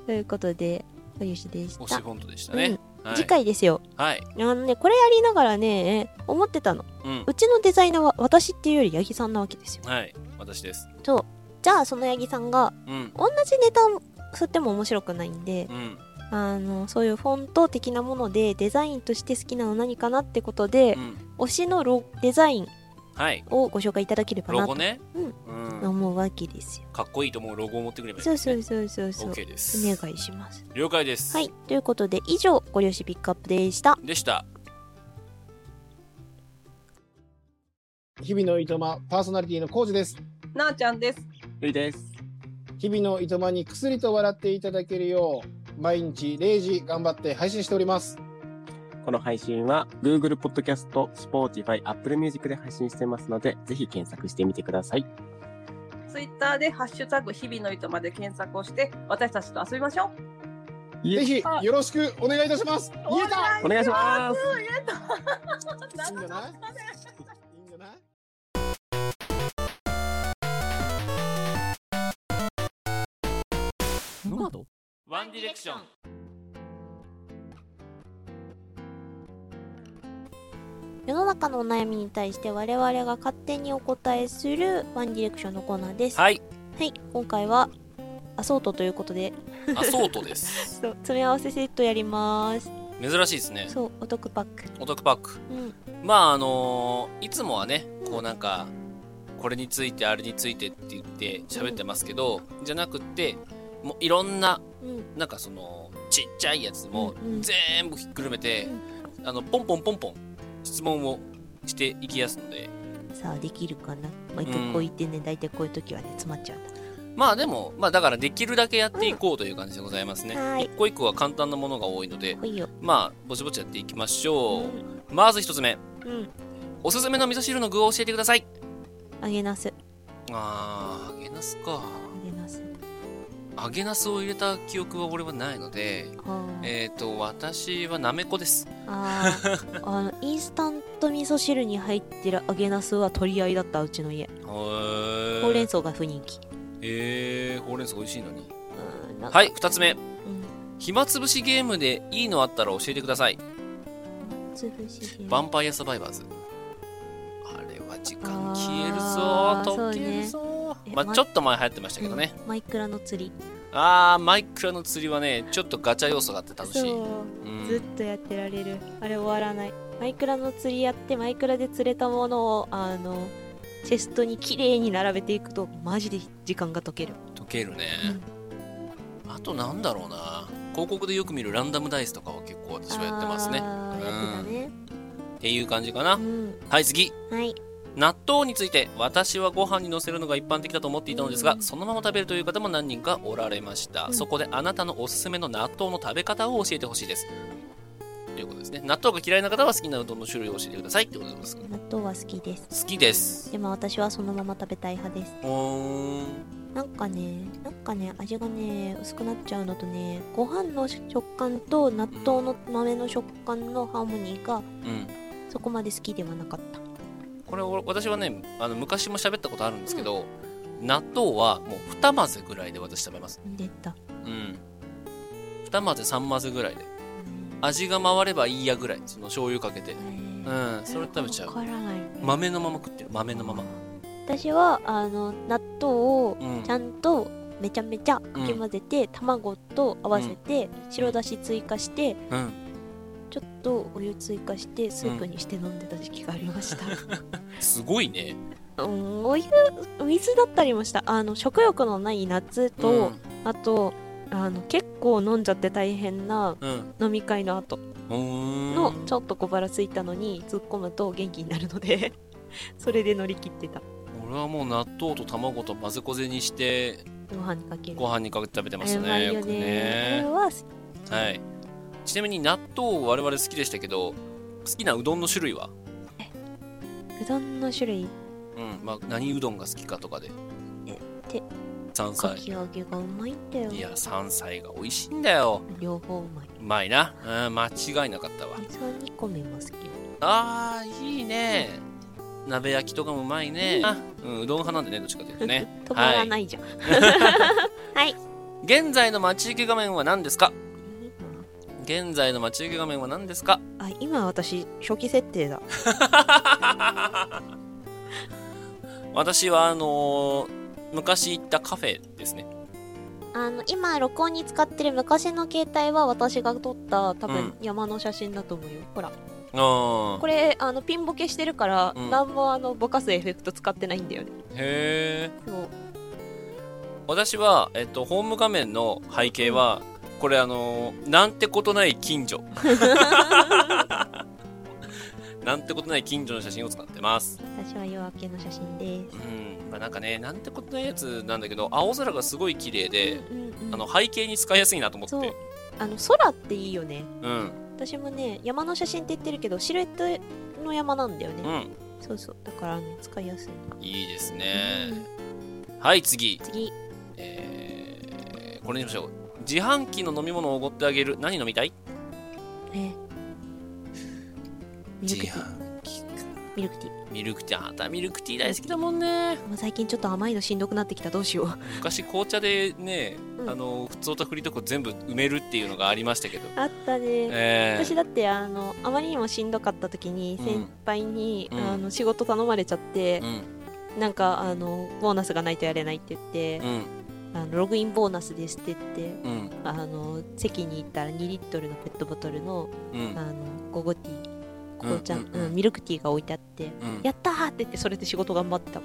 B: ということで、おゆしでした。
A: 推しフォントでしたね
B: うん
A: はい
B: 次回ですよ。
A: はい。
B: あのね、これやりながらね、思ってたの。
A: うん
B: ちのデザイナーは私っていうより八木さんなわけですよ。
A: はい。私です。
B: そう。じゃあ、その八木さんが、
A: うん。
B: 同じネタを振っても面白くないんで、
A: うん。
B: あのそういうフォント的なものでデザインとして好きなの何かなってことで、推しのロデザイン
A: はい。
B: をご紹介いただければな
A: ロ
B: と
A: ゴね。
B: うん、思うわけですよ。
A: かっこいいと思うロゴを持ってくればいい
B: そう
A: です
B: そ
A: ね、
B: うそうそうそう。
A: OK です
B: お願いします。
A: 了解です。
B: はい、ということで以上ご両親ピックアップでした。
A: でした。
R: 日々のいとまパーソナリティのコウジです
S: なあちゃんです
R: ゆいです日々のいとまにくすりと笑っていただけるよう毎日0時頑張って配信しております
S: この配信は Google Podcast、Spotify、Apple Music で配信してますので、ぜひ検索してみてください。
T: ツイッターでハッシュタグ日々の糸まで検索をして、私たちと遊びましょう。
R: ぜひよろしくお願いいたします。言えた。
S: お願いします
R: 言えた。いいんじゃない？いいんじゃない？
J: ノマド
A: ワンディレクション。
B: 世の中のお悩みに対して我々が勝手にお答えするワンディレクションのコーナーです。
A: はい。
B: はい、今回はアソートということで。
A: アソート です。
B: そう詰め合わせセットやります。
A: 珍しいですね。
B: そう、お得パック。
A: お得パック。
B: うん。
A: まああのーいつもはねこうなんかこれについてあれについてって言って喋ってますけど、じゃなくってもういろんな、
B: うん
A: なんかそのちっちゃいやつも全部ひっくるめて、あのポンポンポンポン質問をしていきやすので
B: さあ、できるかな毎回こう言ってね、大体こういう時はね、詰まっちゃうんだ。
A: まあでもまあだからできるだけやっていこうという感じでございますね、
B: はい
A: 一個一個は簡単なものが多いので
B: ほいよ。
A: まあぼちぼちやっていきましょう、まず一つ目
B: うん。
A: おすすめの味噌汁の具を教えてください
B: 揚げなす。
A: あー揚げなすか
B: 揚げなす。
A: 揚げナスを入れた記憶は俺はないので、えっ、と私はなめこです。
B: あーあのインスタント味噌汁に入ってる揚げなすは取り合いだったうちの家
A: ほ
B: ほうれん草が不人気
A: えー、ほうれん草美味しいのに。
B: なんか
A: はい、二つ目、暇つぶしゲームでいいのあったら教えてください。
B: つぶし
A: ヴァンパイアサバイバーズ。あれは時間消えるぞ、溶けるぞ。まあちょっと前流行ってましたけどね。
B: マイクラの釣り
A: あー、マイクラの釣りはね、ちょっとガチャ要素があって楽しい。
B: そう、
A: うん
B: ずっとやってられるあれ終わらないマイクラの釣りやってマイクラで釣れたものをあのチェストに綺麗に並べていくとマジで時間が解ける
A: 溶けるね。あとなんだろうな。広告でよく見るランダムダイスとかは結構私はやってますね。
B: あーやってたね
A: うんっていう感じかな。はい、次。
B: はい
A: 納豆について私はご飯にのせるのが一般的だと思っていたのですが、そのまま食べるという方も何人かおられました、
B: うん
A: そこであなたのおすすめの納豆の食べ方を教えてほしいですということですね納豆が嫌いな方は好きなうどんの種類を教えてくださいってことです
B: 納豆は好きです
A: 好きです
B: でも私はそのまま食べたい派です
A: うーん
B: なんかね、なんかね、味がね、薄くなっちゃうのとね、ご飯の食感と納豆の豆の食感のハーモニーが
A: うん
B: そこまで好きではなかった。
A: これを私はねあの昔も喋ったことあるんですけど、納豆はもう2混ぜぐらいで私食べます
B: 出た。
A: うん2混ぜ3混ぜぐらいで味が回ればいいやぐらいその醤油かけてうんそれ食べちゃう
B: わからないね
A: 豆のまま食ってる豆のまま
B: 私は、あの、納豆を
A: うん
B: ちゃんとめちゃめちゃかき混ぜて、卵と合わせて、白だし追加して、
A: うん
B: ちょっとお湯追加して、スープにして飲んでた時期がありました。
A: すごいね
B: うん、お湯水だったりもしたあの食欲のない夏と、
A: うん
B: あとあの結構飲んじゃって大変な
A: うん
B: 飲み会の後
A: うーん
B: のちょっと小腹ついたのに突っ込むと元気になるので それで乗り切ってた
A: 俺はもう納豆と卵と混ぜこぜにして
B: ご飯にかける
A: ご飯にかけて食べてました
B: あ
A: ね
B: れうまいよ
A: く
B: ね
A: ね
B: あれは
A: はいちなみに納豆我々好きでしたけど好きなうどんの種類は
B: うどんの種
A: う
B: 類
A: んまあ何うどんが好きかとかで
B: って
A: 山
B: か
A: 菜
B: き揚げがうまいんだよ
A: いや山菜が美味しいんだよ
B: 両方うまいう
A: まいなうん間違いなかったわ
B: 味噌煮込みも好き
A: ああいいね鍋焼きとかもうまいね、あうん、うどん派なんでねどっちかというとね
B: 止まらないじゃん、はい
A: 現在の待ち受け画面は何ですか現在の待ち受け画面は何ですか
B: あ今私初期設定だ
A: 私はあのー昔行ったカフェですね
B: あの今録音に使ってる昔の携帯は私が撮った
A: う
B: 多
A: ん
B: 分山の写真だと思うよ、ほら
A: あ
B: これあのピンボケしてるから、
A: うん
B: 何もあのぼかすエフェクト使ってないんだよね
A: へえ
B: そう
A: 私は、えっと、ホーム画面の背景はこれあのーなんてことない近所 なんてことない近所の写真を使ってます
B: 私は夜明けの写真です
A: うんまあなんかねなんてことないやつなんだけど青空がすごい綺麗で、
B: うんうん
A: あの背景に使いやすいなと思って
B: そうあの空っていいよね
A: うん
B: 私もね山の写真って言ってるけどシルエットの山なんだよね、そうそうだからあの使いやすい
A: いいですね。はい、次。
B: 次。
A: えーこれにしましょう。自販機の飲み物をおごってあげる。何飲みたい
B: ミルクティ
A: ーミ
B: ミルクティー
A: ルクティー。あなたミルクティー大好きだもんね
B: もう最近ちょっと甘いのしんどくなってきたどうしよう
A: 昔紅茶でね、あの、普通とフリートークを全部埋めるっていうのがありましたけど。
B: あったね、
A: えー
B: 私だってあのあまりにもしんどかった時に
A: うん
B: 先輩に、
A: うん
B: あの仕事頼まれちゃって、なんかあのボーナスがないとやれないって言って、あのログインボーナスですって言って、
A: うん
B: あの席に行ったら2リットルのペットボトルの,、
A: うん
B: あのゴゴティー紅茶、
A: う
B: うんんミルクティーが置いてあって、
A: ん
B: やったーって言ってそれで仕事頑 張ってた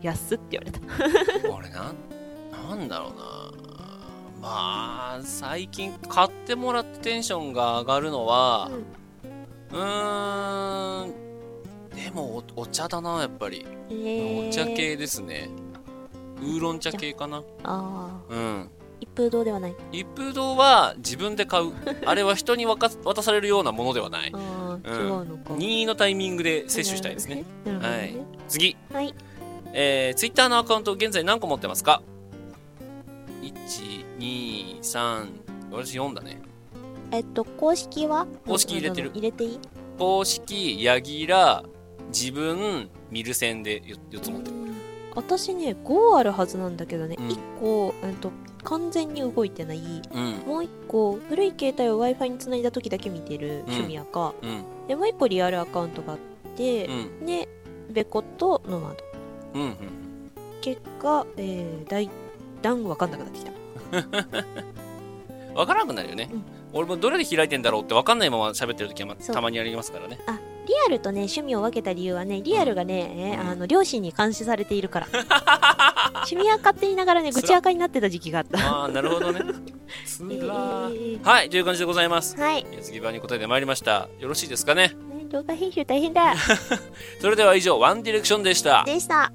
B: 安っって言わ れた
A: 俺なん、なんだろうな。まあ、最近買ってもらってテンションが上がるのは、うーん、でもおお茶だな、やっぱり。
B: えー
A: お茶系ですね。ウーロン茶系かな。
B: ああ
A: うん。
B: 一風堂ではない
A: 一風堂は自分で 買う。あれは人にわか渡されるようなものではない。
B: あ
A: う
B: あ、違うの
A: ん、任意のタイミングで摂取したいですね。はい。次。
B: はい
A: えー、ツイッターのアカウント現在何個持ってますか ?1、2、3、私4だね。
B: えっと公式は
A: 公式入れてる
B: うんうん入れていい
A: 公式、ヤギラ、自分、ミルセンで 4, つ持ってる。
B: 私ね5あるはずなんだけどね、
A: うん
B: 1個、えっと、完全に動いてない、
A: うん
B: もう1個古い携帯を w i f i につないだ時だけ見てる趣味アカ、
A: うん。
B: でもう1個リアルアカウントがあって、
A: う
B: でベコとノマド
A: うん、
B: 結果、えー、大段分かんなくなってきた
A: うん。わからなくなるよね。俺もどれで開いてんだろうってわかんないまま喋ってる時はま
B: そう
A: たまにあります からね。
B: リアルとね趣味を分けた理由はねリアルがね、えーあの両親に監視されてい るから趣味アカって言いながらね愚痴アカになってた時期があった
A: ああ、なるほどね。
B: えー
A: はい、という感じでございます。
B: はい
A: 矢継ぎ場に答えてまいりました。よろしいですかね。
B: 動画編集大変だ
A: それでは以上、ワンディレクションでした。
B: でした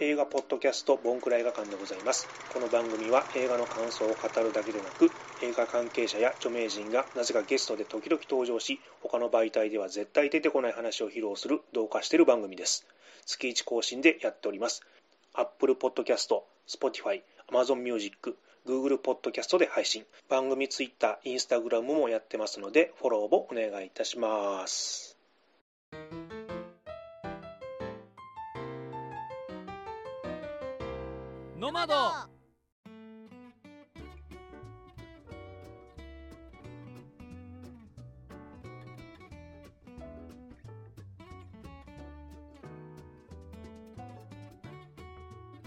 C: 映画ポッドキャストボンクラ映画館でございますこの番組は映画の感想を語るだけでなく映画関係者や著名人がなぜかゲストで時々登場し他の媒体では絶対出てこない話を披露する同化している番組です月1更新でやっております Apple Podcast、Spotify、Amazon Music、Google Podcast で配信番組 Twitter、Instagram もやってますのでフォローをお願いいたします
M: ノマド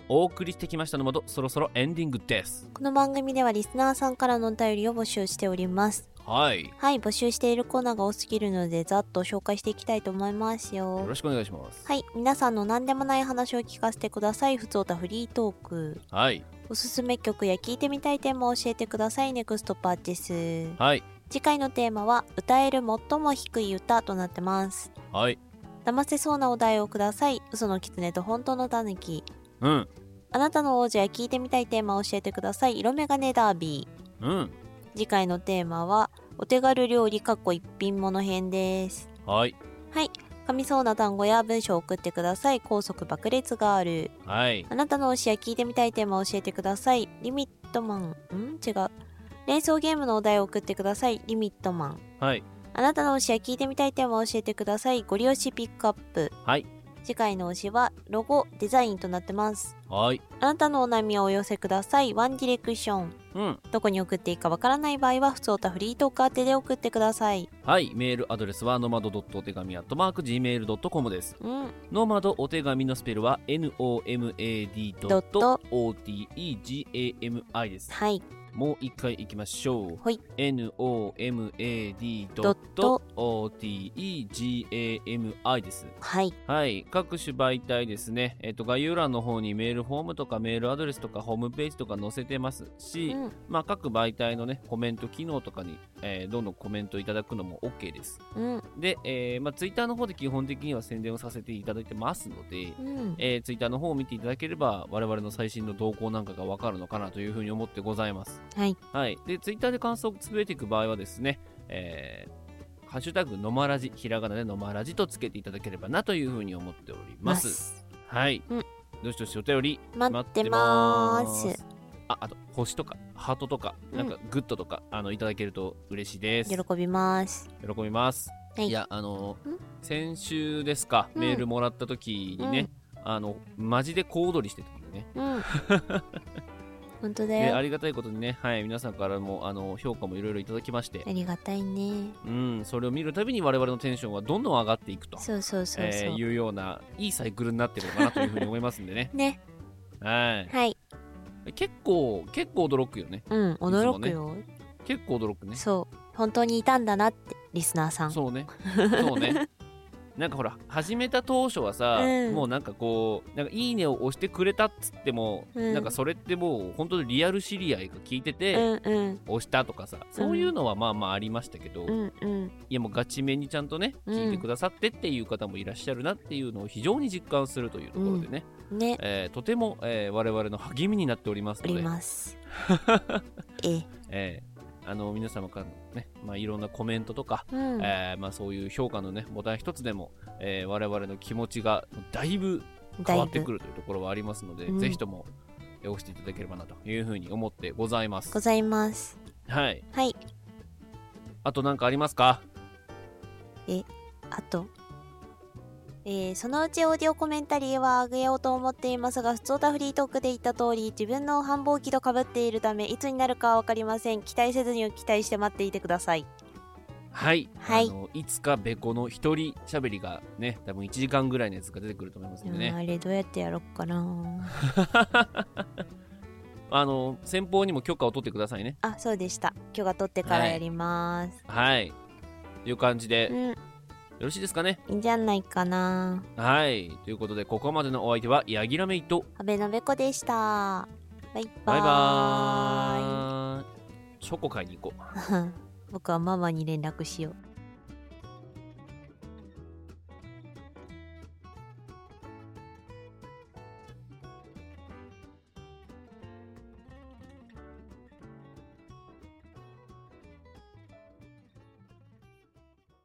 A: お送りしてきましたのもと、そろそろエンディングです。
B: この番組ではリスナーさんからのお便りを募集しております
A: はい。よ
B: はい募集しているコーナーが多すぎるのでざっと紹介していきたいと思いますよ
A: ろしくお願いします。
B: はい皆さんの何でもない話を聞かせてくださいふつおたフリートーク
A: はい。
B: おすすめ曲や聞いてみたいテーマを教えてくださいネクストパーチェス
A: はい。
B: 次回のテーマは歌える最も低い歌となってます
A: はい。
B: 騙せそうなお題をください嘘の狐と本当のタヌキ
A: うん。
B: あなたの王者や聞いてみたいテーマを教えてください色眼鏡ダービー
A: うん。
B: 次回のテーマはお手軽料理かっこ一品物編です
A: はい。
B: はい噛みそうな単語や文章を送ってください高速爆裂ガール
A: はい
B: あ。なたの推しや聞いてみたいテーマを教えてくださいリミットマンん違う連想ゲームのお題を送ってくださいリミットマン
A: はい。
B: あなたの推しや聞いてみたいテーマを教えてくださいご利用しピックアップ
A: はい。
B: 次回の推しはロゴデザインとなってます
A: はい。
B: あなたのお悩みをお寄せくださいワンディレクション
A: うん。
B: どこに送っていいかわからない場合は普通たフリートーク宛てで送ってください
A: はい。メールアドレスは、ノマドお手紙アットマーク Gmail.com です。
B: うん
A: ノマドお手紙のスペルは、nomad.otegami です。
B: はい
A: もう一回いきましょう。
B: はい
A: nomad.otegami です。
B: はい。
A: はい。各種媒体ですね。えっ、と、概要欄の方にメールフォームとかメールアドレスとかホームページとか載せてますし、
B: うん
A: まあ、各媒体のね、コメント機能とかに、えーどんどんコメントいただくのも OK です。
B: うん。
A: で、えーまあ、ツイッターの方で基本的には宣伝をさせていただいてますので、
B: うん
A: えーツイッターの方を見ていただければ、我々の最新の動向なんかがわかるのかなというふうに思ってございます。
B: はい。
A: はい。で、ツイッターで感想をつぶえていく場合はですね、えーハッシュタグのまらじ、ひらがなでのまらじとつけていただければなというふうに思っております。はい、
B: うん
A: どしどしお便り
B: 待ってまーす
A: 待ってまーすあ、あと、星とか、ハートとか、
B: うん
A: なんか、グッドとか、あの、いただけると嬉しいです。
B: 喜
A: 喜
B: びます。
A: びます。
B: はい
A: や、あの、先週ですか、
B: うん
A: メールもらった時にね、あの、マジで小躍りしてた時にね、
B: うん。本当だ
A: で
B: よ。
A: ありがたいことにね、はい、皆さんからもあの評価もいろいろいただきまして
B: あ、りがたいね。
A: うん、それを見るたびに我々のテンションはどんどん上がっていくと
B: そうそうそうそう。
A: えーいうようないいサイクルになってるのかなというふうに思いますんでね
B: ね。
A: はい、
B: はい。
A: 結構結構驚くよね。
B: うん、驚く
A: いつも
B: よ。
A: ね結構驚くね。
B: そう。本当にいたんだなって、リスナーさん。
A: そうね。そう ね。なんかほら始めた当初はさ、
B: うん
A: もうなんかこう「なんかいいね」を押してくれたっつっても、
B: うん
A: なんかそれってもう本当にリアル知り合いが聞いてて、
B: うんうん。
A: 押したとかさそういうのはまあまあありましたけど、
B: うんうん。
A: いやもうガチめにちゃんとね
B: うん
A: 聞いてくださってっていう方もいらっしゃるなっていうのを非常に実感するというところでね、
B: ね。
A: えーとても、えー我々の励みになっております
B: お
A: の
B: り
A: で、
B: ます。 え
A: えーあの皆様からのね、まあ、いろんなコメントとか、
B: うん
A: えーまあ、そういう評価のねボタン一つでも、えー我々の気持ちがだいぶ変わってくるというところはありますので、
B: うん
A: ぜひともえー押していただければなというふうに思ってございます
B: ご。ざいます。
A: はい、
B: はい。
A: あと何かありますか
B: え、あと。えーそのうちオーディオコメンタリーは上げようと思っていますが、普通たフリートークで言った通り、自分の繁忙期と被っているため、いつになるかはわかりません。期待せずに期待して待っていてください。
A: はい、
B: はい
A: あのいつかべこの一人しゃべりがね多分1時間ぐらいのやつが出てくると思いますんで
B: うん
A: ね
B: あれどうやってやろっかな
A: あの先方にも許可を取ってくださいね
B: あ、そうでした。許可取ってから
A: はい
B: やります。
A: はいという感じで、
B: う
A: よ
B: ん、い
A: ろしいですかね
B: いんじゃないかな。
A: はいということでここまでのお相手はヤギラメイと
B: 阿部のべこでした。バイ
A: バ
B: バー
A: イ
B: イ。
A: バーイチョコ買いに行こう
B: 僕はママに連絡しよう。